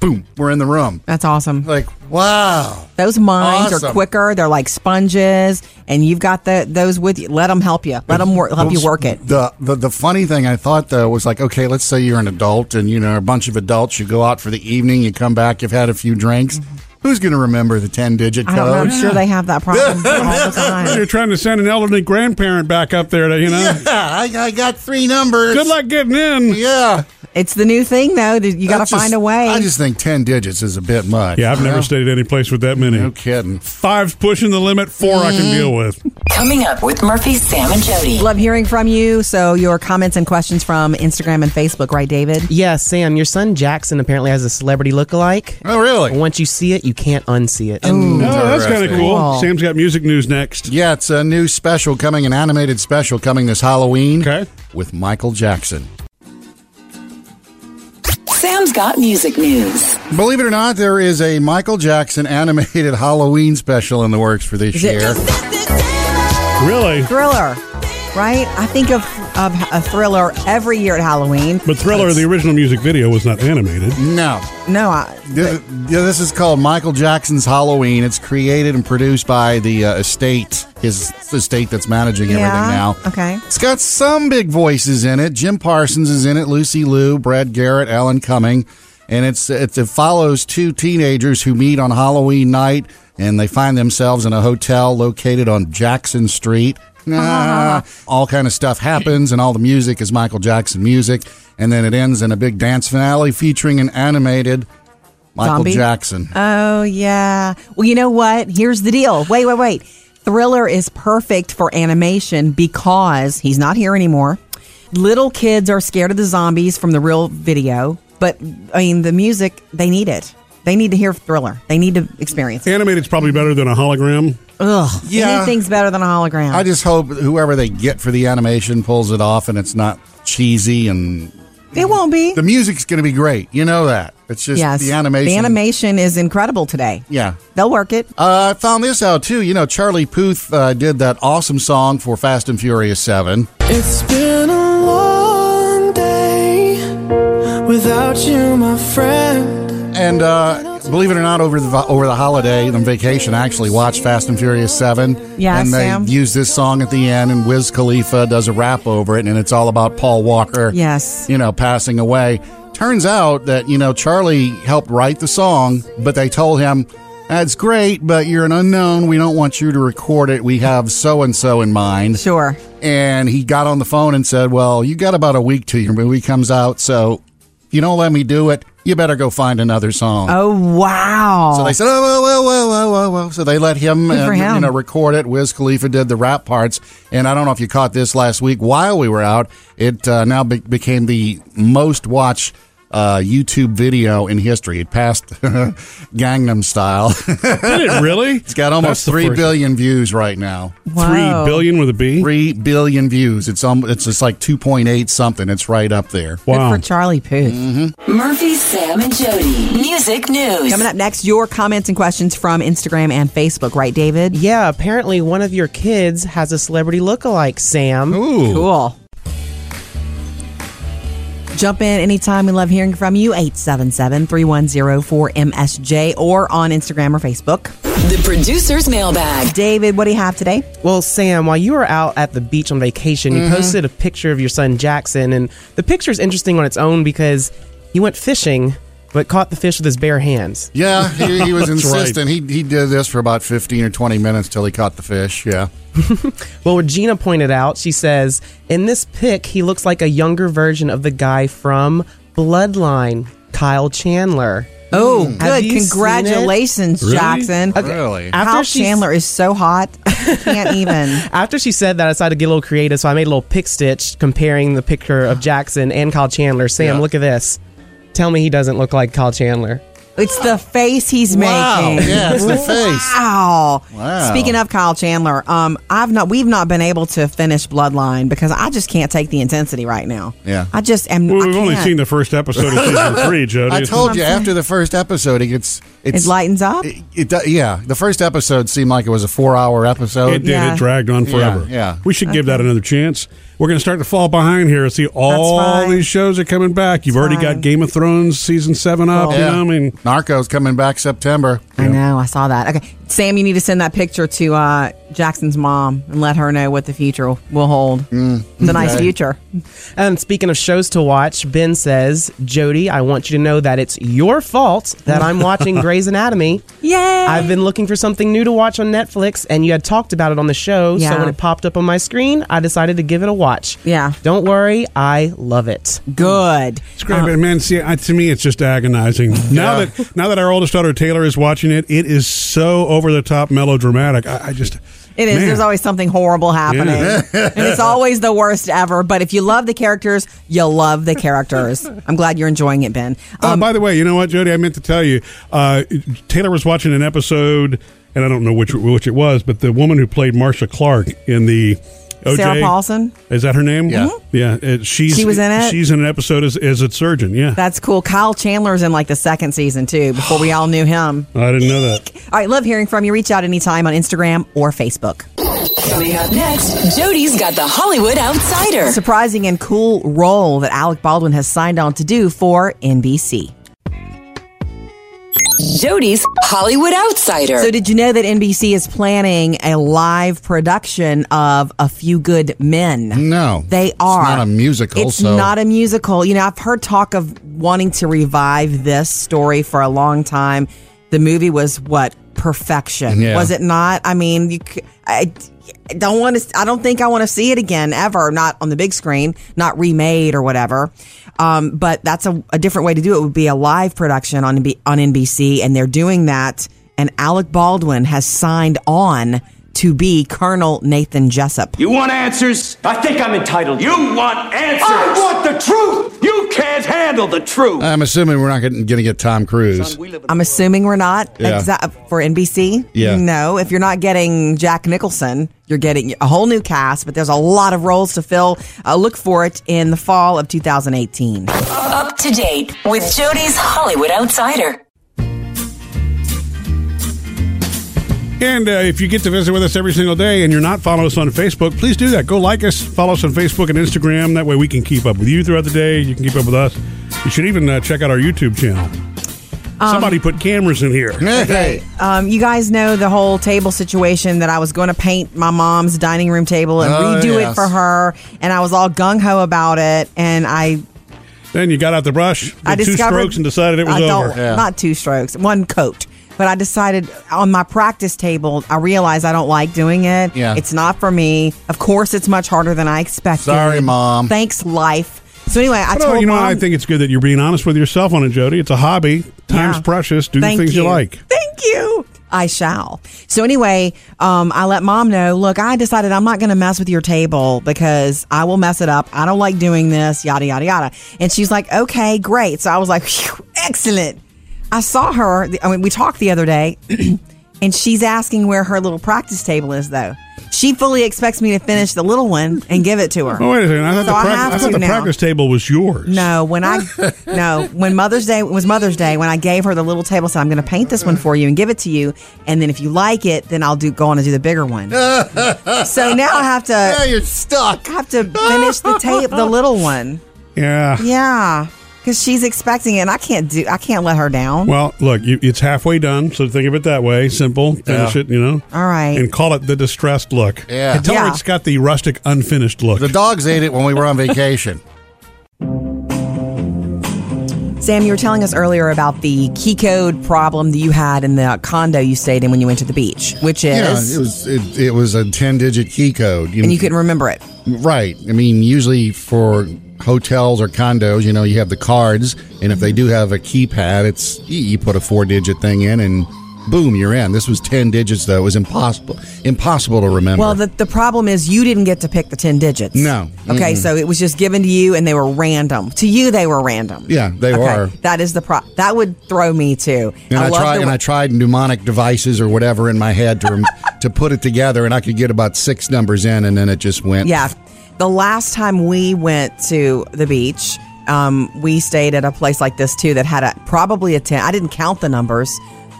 Speaker 3: boom, we're in the room."
Speaker 2: That's awesome.
Speaker 3: Like, wow,
Speaker 2: Those minds are
Speaker 3: Awesome.
Speaker 2: quicker. They're like sponges, and you've got the those with you. Let them help you. Let them work. Help you work it.
Speaker 3: The, the the funny thing I thought though was like, okay, let's say you're an adult and you know a bunch of adults. You go out for the evening, you come back, you've had a few drinks. Who's going to remember the ten digit
Speaker 2: Mm-hmm. I don't know. I'm
Speaker 3: code?
Speaker 2: sure they have that problem all the
Speaker 1: You're
Speaker 2: time.
Speaker 1: trying to send an elderly grandparent back up there to, you know.
Speaker 3: Yeah, I, I got three numbers.
Speaker 1: Good luck getting in.
Speaker 3: Yeah,
Speaker 2: It's the new thing, though. that You got to
Speaker 3: That's just-
Speaker 2: find a way.
Speaker 3: I just think ten digits is a bit much.
Speaker 1: Yeah, I've
Speaker 3: you
Speaker 1: never
Speaker 3: know?
Speaker 1: stayed at any place with that many.
Speaker 3: No kidding.
Speaker 1: Five's pushing the limit, 4 I
Speaker 3: Mm-hmm.
Speaker 1: can deal with.
Speaker 4: Coming up with Murphy, Sam, and Jody.
Speaker 2: Love hearing from you. So your comments and questions from Instagram and Facebook, right, David?
Speaker 6: Yeah, Sam, your son Jackson apparently has a celebrity lookalike.
Speaker 3: Oh, really?
Speaker 6: Once you see it, you can't unsee it.
Speaker 1: Oh, that's kind of
Speaker 3: Interesting.
Speaker 1: cool.
Speaker 2: Cool.
Speaker 1: Sam's got music news next.
Speaker 3: Yeah, it's a new special coming, an animated special coming this Halloween.
Speaker 1: Okay.
Speaker 3: With Michael Jackson.
Speaker 4: Sam's got music news.
Speaker 3: Believe it or not, there is a Michael Jackson animated Halloween special in the works for this
Speaker 2: Is it-
Speaker 3: year.
Speaker 1: Really?
Speaker 2: Thriller, right? I think of of a thriller every year at Halloween.
Speaker 1: But Thriller, the original music video, was not animated.
Speaker 3: No.
Speaker 2: No, I,
Speaker 3: This, yeah, this is called Michael Jackson's Halloween. It's created and produced by the uh, estate, his estate that's managing
Speaker 2: yeah.
Speaker 3: everything now.
Speaker 2: Okay.
Speaker 3: It's got some big voices in it. Jim Parsons is in it, Lucy Liu, Brad Garrett, Alan Cumming. And it's, it's it follows two teenagers who meet on Halloween night and they find themselves in a hotel located on Jackson Street. Ah, all kind of stuff happens and all the music is Michael Jackson music. And then it ends in a big dance finale featuring an animated Michael
Speaker 2: Zombie?
Speaker 3: Jackson.
Speaker 2: Oh, yeah. Well, you know what? Here's the deal. Wait, wait, wait. Thriller is perfect for animation because he's not here anymore. Little kids are scared of the zombies from the real video, but I mean, the music, they need it. They need to hear Thriller. They need to experience it.
Speaker 1: Animated's probably better than a hologram.
Speaker 2: Ugh.
Speaker 3: Yeah.
Speaker 2: Anything's better than a hologram.
Speaker 3: I just hope whoever they get for the animation pulls it off and it's not cheesy and
Speaker 2: it won't be.
Speaker 3: the music's going to be great. You know that. It's just
Speaker 2: yes.
Speaker 3: the animation.
Speaker 2: The animation is incredible today.
Speaker 3: Yeah.
Speaker 2: They'll work it.
Speaker 3: Uh, I found this out too. You know, Charlie Puth uh, did that awesome song for Fast and Furious 7.
Speaker 5: It's been a long day without you, my friend.
Speaker 3: And uh, believe it or not, over the over the holiday on vacation, I actually watched Fast and Furious Seven.
Speaker 2: Yeah,
Speaker 3: and they
Speaker 2: Sam.
Speaker 3: use this song at the end, and Wiz Khalifa does a rap over it, and it's all about Paul Walker.
Speaker 2: Yes.
Speaker 3: you know, passing away. Turns out that you know Charlie helped write the song, but they told him. That's great, but you're an unknown. We don't want you to record it. We have so and so in mind.
Speaker 2: Sure.
Speaker 3: And he got on the phone and said, Well, you got about a week till your movie comes out. So if you don't let me do it, you better go find another song.
Speaker 2: Oh, wow.
Speaker 3: So they said, oh, well, well, well, well, well, well. So they let him,
Speaker 2: Good for
Speaker 3: uh, you
Speaker 2: him.
Speaker 3: know, record it. Wiz Khalifa did the rap parts. And I don't know if you caught this last week while we were out. It uh, now be- became the most watched uh, YouTube video in history. It passed Gangnam Style.
Speaker 1: Did it really?
Speaker 3: it's got almost 3 billion views right now.
Speaker 1: 3
Speaker 2: Wow.
Speaker 1: billion with a B?
Speaker 3: 3 billion views. It's, um, it's just like 2.8 something. It's right up there.
Speaker 1: Wow.
Speaker 2: Good for Charlie Puth.
Speaker 4: Murphy, Sam, and Jody. Music news.
Speaker 2: Coming up next, your comments and questions from Instagram and Facebook, right, David?
Speaker 6: Yeah, apparently one of your kids has a celebrity lookalike, Sam.
Speaker 2: Cool. Jump in anytime. We love hearing from you. 877 310 4MSJ or on Instagram or Facebook.
Speaker 4: The producer's mailbag.
Speaker 2: David, what do you have today?
Speaker 6: Well, Sam, while you were out at the beach on vacation, you posted a picture of your son Jackson, and the picture is interesting on its own because he went fishing but caught the fish with his bare hands.
Speaker 3: Yeah, he, he was
Speaker 1: That's right.
Speaker 3: insistent. He, he did this for about 15 or 20 minutes till he caught the fish. Yeah.
Speaker 6: Well, Regina pointed out, she says, in this pic, he looks like a younger version of the guy from Bloodline, Kyle Chandler.
Speaker 2: Oh,
Speaker 6: Have
Speaker 2: good.
Speaker 6: you seen
Speaker 2: Congratulations,
Speaker 1: Really?
Speaker 2: Jackson.
Speaker 3: Really?
Speaker 6: After
Speaker 2: Kyle
Speaker 6: she's-
Speaker 2: Chandler is so hot. I can't even.
Speaker 6: After she said that, I decided to get a little creative, so I made a little pick stitch comparing the picture of Jackson and Kyle Chandler. Sam,
Speaker 3: Yeah.
Speaker 6: look at this. Tell me he doesn't look like Kyle Chandler.
Speaker 2: It's the face he's
Speaker 3: Wow.
Speaker 2: making.
Speaker 3: Yeah, it's the face.
Speaker 2: Wow.
Speaker 3: Wow.
Speaker 2: Speaking of Kyle Chandler, um, I've not we've not been able to finish Bloodline because I just can't take the intensity right now.
Speaker 3: Yeah.
Speaker 2: I just am.
Speaker 1: Well,
Speaker 2: I
Speaker 1: we've only
Speaker 2: can't.
Speaker 1: seen the first episode of season three, Jody.
Speaker 3: I
Speaker 1: It's-
Speaker 3: told you
Speaker 2: I'm saying.
Speaker 3: after the first episode, it gets it's
Speaker 2: It lightens up?
Speaker 3: It, it do- yeah, the first episode seemed like it was a four-hour episode.
Speaker 1: It did.
Speaker 2: Yeah.
Speaker 1: It dragged on forever.
Speaker 3: yeah.
Speaker 1: We should give that another chance. We're going to start to fall behind here. See, all
Speaker 2: fine.
Speaker 1: these shows are coming back. You've already
Speaker 2: fine.
Speaker 1: got Game of Thrones season seven up. You
Speaker 3: Yeah.
Speaker 1: know, I mean,
Speaker 3: Narcos coming back September.
Speaker 2: I know. I saw that. Okay, Sam, you need to send that picture to uh, Jackson's mom and let her know what the future will hold.
Speaker 3: Mm.
Speaker 2: It's a nice future.
Speaker 6: And speaking of shows to watch, Ben says, Jody, I want you to know that it's your fault that I'm watching Grey's Anatomy.
Speaker 2: Yay!
Speaker 6: I've been looking for something new to watch on Netflix, and you had talked about it on the show.
Speaker 2: Yeah.
Speaker 6: So when it popped up on my screen, I decided to give it a watch.
Speaker 2: Yeah.
Speaker 6: Don't worry, I love it.
Speaker 2: good.
Speaker 1: it's great. but man, see, I, to me, it's just agonizing. Now
Speaker 3: Yeah.
Speaker 1: that now that our oldest daughter Taylor is watching it, it is so over the top melodramatic. I, I just
Speaker 2: It is.
Speaker 1: man.
Speaker 2: There's always something horrible happening.
Speaker 1: Yeah.
Speaker 2: and it's always the worst ever. But if you love the characters, you love the characters. I'm glad you're enjoying it, Ben.
Speaker 1: Oh, by the way, you know what, Jody? I meant to tell you. Uh, Taylor was watching an episode, and I don't know which which it was, but the woman who played Marsha Clark in the OJ
Speaker 2: Sarah Paulson?
Speaker 1: is that her name? Mm-hmm.
Speaker 3: Yeah. Mhm.
Speaker 1: yeah. It, she's
Speaker 2: She was in it?
Speaker 1: She's in an episode as, as a surgeon. Yeah,
Speaker 2: That's cool. Kyle Chandler's in like the second season too, before we all knew him.
Speaker 1: I didn't know that.
Speaker 2: All right, love hearing from you. Reach out anytime on Instagram or Facebook.
Speaker 4: Coming up next, Jody's got the Hollywood Outsider.
Speaker 2: Surprising and cool role that Alec Baldwin has signed on to do for NBC.
Speaker 4: Jody's Hollywood Outsider.
Speaker 2: So, did you know that NBC is planning a live production of A Few Good Men?
Speaker 3: No,
Speaker 2: They are.
Speaker 3: It's not a musical.
Speaker 2: It's
Speaker 3: so
Speaker 2: not a musical. You know, I've heard talk of wanting to revive this story for a long time. The movie was what perfection
Speaker 3: Yeah.
Speaker 2: was it not? I mean, you, c- I, I don't want to. I don't think I want to see it again ever. Not on the big screen. Not remade or whatever. Um, but that's a, a different way to do it. Would be a live production on NB on NBC, and they're doing that. And Alec Baldwin has signed on to be Colonel Nathan Jessup.
Speaker 7: You want answers?
Speaker 8: I think I'm entitled.
Speaker 7: You want answers?
Speaker 8: I want the truth!
Speaker 7: You can't handle the truth.
Speaker 3: I'm assuming we're not going to get Tom Cruise.
Speaker 2: I'm assuming we're not
Speaker 3: Yeah.
Speaker 2: exa- for NBC.
Speaker 3: Yeah.
Speaker 2: No, if you're not getting Jack Nicholson, you're getting a whole new cast, but there's a lot of roles to fill. Uh, look for it in the fall of 2018.
Speaker 4: Up to date with Jody's Hollywood Outsider.
Speaker 1: And uh, if you get to visit with us every single day and you're not following us on Facebook, please do that. Go like us, follow us on Facebook and Instagram. That way we can keep up with you throughout the day. You can keep up with us. You should even uh, check out our YouTube channel. Somebody put cameras in here.
Speaker 3: Hey,
Speaker 2: Um, you guys know the whole table situation that I was going to paint my mom's dining room table and
Speaker 3: Oh,
Speaker 2: redo it
Speaker 3: yes.
Speaker 2: for her, and I was all gung ho about it, and I
Speaker 1: Then you got out the brush,
Speaker 2: I
Speaker 1: did two
Speaker 2: discovered-
Speaker 1: strokes, and decided it was
Speaker 2: I don't-
Speaker 1: over.
Speaker 3: Yeah.
Speaker 2: Not two strokes, one coat. But I decided on my practice table, I realized I don't like doing it.
Speaker 3: Yeah.
Speaker 2: It's not for me. Of course, it's much harder than I expected.
Speaker 3: Sorry, Mom.
Speaker 2: Thanks, life. So anyway, I
Speaker 1: But, oh,
Speaker 2: told
Speaker 1: you know,
Speaker 2: mom,
Speaker 1: I think it's good that you're being honest with yourself on it, Jody. It's a hobby. Time's
Speaker 2: Yeah.
Speaker 1: precious. Do
Speaker 2: Thank
Speaker 1: the things you, like.
Speaker 2: Thank you. I shall. So anyway, um, I let mom know. Look, I decided I'm not going to mess with your table because I will mess it up. I don't like doing this. Yada yada yada. And she's like, okay, great. So I was like, phew, excellent. I saw her. I mean, we talked the other day, and she's asking where her little practice table is, though. She fully expects me to finish the little one and give it to her.
Speaker 1: Oh, wait a second. I thought
Speaker 2: So
Speaker 1: the,
Speaker 2: I
Speaker 1: prac-
Speaker 2: have
Speaker 1: I thought
Speaker 2: to
Speaker 1: the
Speaker 2: now.
Speaker 1: practice table was yours.
Speaker 2: No, when I no, when Mother's Day it was Mother's Day, when I gave her the little table, said I'm going to paint this one for you and give it to you, and then if you like it, then I'll do go on and do the bigger one. so now I have to
Speaker 3: yeah, you're stuck.
Speaker 2: have to finish the tape, the little one.
Speaker 1: Yeah.
Speaker 2: Yeah, because she's expecting it, and I can't do. I can't let her down.
Speaker 1: Well, look, you, it's halfway done, so think of it that way. Simple, finish
Speaker 3: Yeah.
Speaker 1: it, you know.
Speaker 2: All right.
Speaker 1: and call it the distressed look.
Speaker 3: Yeah.
Speaker 1: and tell her
Speaker 2: Yeah.
Speaker 1: it's got the rustic, unfinished look.
Speaker 3: The dogs ate it when we were on vacation.
Speaker 2: Sam, you were telling us earlier about the key code problem that you had in the condo you stayed in when you went to the beach, which is,
Speaker 3: Yeah, it was it, it was a ten digit key code.
Speaker 2: and you couldn't remember it.
Speaker 3: Right. I mean, usually for hotels or condos, you know, you have the cards, and if they do have a keypad, it's you- you put a four digit thing in, and boom, you're in. This was ten digits, though. It was impossible impossible to remember.
Speaker 2: Well, the, the problem is you didn't get to pick the 10 digits.
Speaker 3: No.
Speaker 2: Okay, so it was just given to you and they were random. To you, they were random.
Speaker 3: Yeah, they
Speaker 2: okay,
Speaker 3: were.
Speaker 2: That is the pro. That would throw me too.
Speaker 3: and I,
Speaker 2: love
Speaker 3: tried
Speaker 2: the
Speaker 3: and
Speaker 2: way-
Speaker 3: I tried mnemonic devices or whatever in my head to rem- to put it together, and I could get about six numbers in, and then it just went.
Speaker 2: Yeah. The last time we went to the beach, um, we stayed at a place like this too that had a probably a 10. I didn't count the numbers,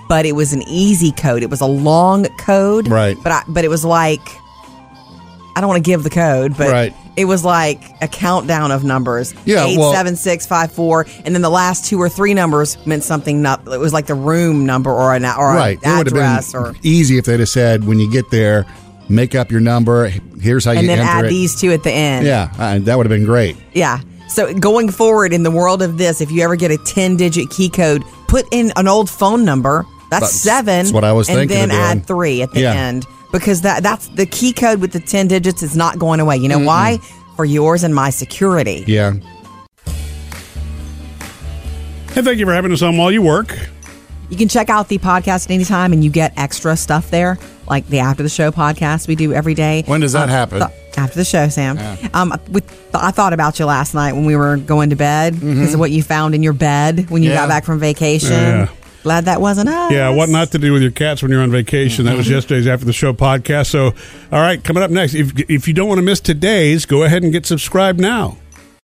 Speaker 2: but it was an easy code. It was a long code.
Speaker 3: Right.
Speaker 2: But I, but it was like I don't want to give the code, but
Speaker 3: Right.
Speaker 2: it was like a countdown of numbers.
Speaker 3: Yeah,
Speaker 2: Eight,
Speaker 3: well-
Speaker 2: seven, six, five, four, and then the last two or three numbers meant something. Not it was like the room number or an or
Speaker 3: right.
Speaker 2: an
Speaker 3: it would
Speaker 2: address
Speaker 3: have
Speaker 2: or
Speaker 3: been easy if they'd have said, when you get there, make up your number. Here's how
Speaker 2: and
Speaker 3: you
Speaker 2: then
Speaker 3: enter
Speaker 2: add
Speaker 3: it.
Speaker 2: these two at the end.
Speaker 3: yeah, uh, that would have been great.
Speaker 2: Yeah. So going forward in the world of this, if you ever get a 10 digit key code, put in an old phone number. That's,
Speaker 3: That's-
Speaker 2: seven.
Speaker 3: that's what I was
Speaker 2: and
Speaker 3: thinking
Speaker 2: then
Speaker 3: of doing.
Speaker 2: add three at the
Speaker 3: Yeah.
Speaker 2: end because that that's the key code with the 10 digits is not going away. You know why? For yours and my security.
Speaker 3: Yeah.
Speaker 1: and thank you for having us on while you work.
Speaker 2: You can check out the podcast at any time and you get extra stuff there, like the after the show podcast we do every day.
Speaker 3: When does that happen?
Speaker 2: th- after the show, Sam. Um, with I thought about you last night when we were going to bed because of what you found in your bed when you
Speaker 3: Mm-hmm. Yeah.
Speaker 2: got back from vacation.
Speaker 1: Yeah.
Speaker 2: Glad that wasn't us.
Speaker 1: Yeah, what not to do with your cats when you're on vacation. That was yesterday's after the show podcast. So, all right, coming up next, if if you don't want to miss today's, go ahead and get subscribed now.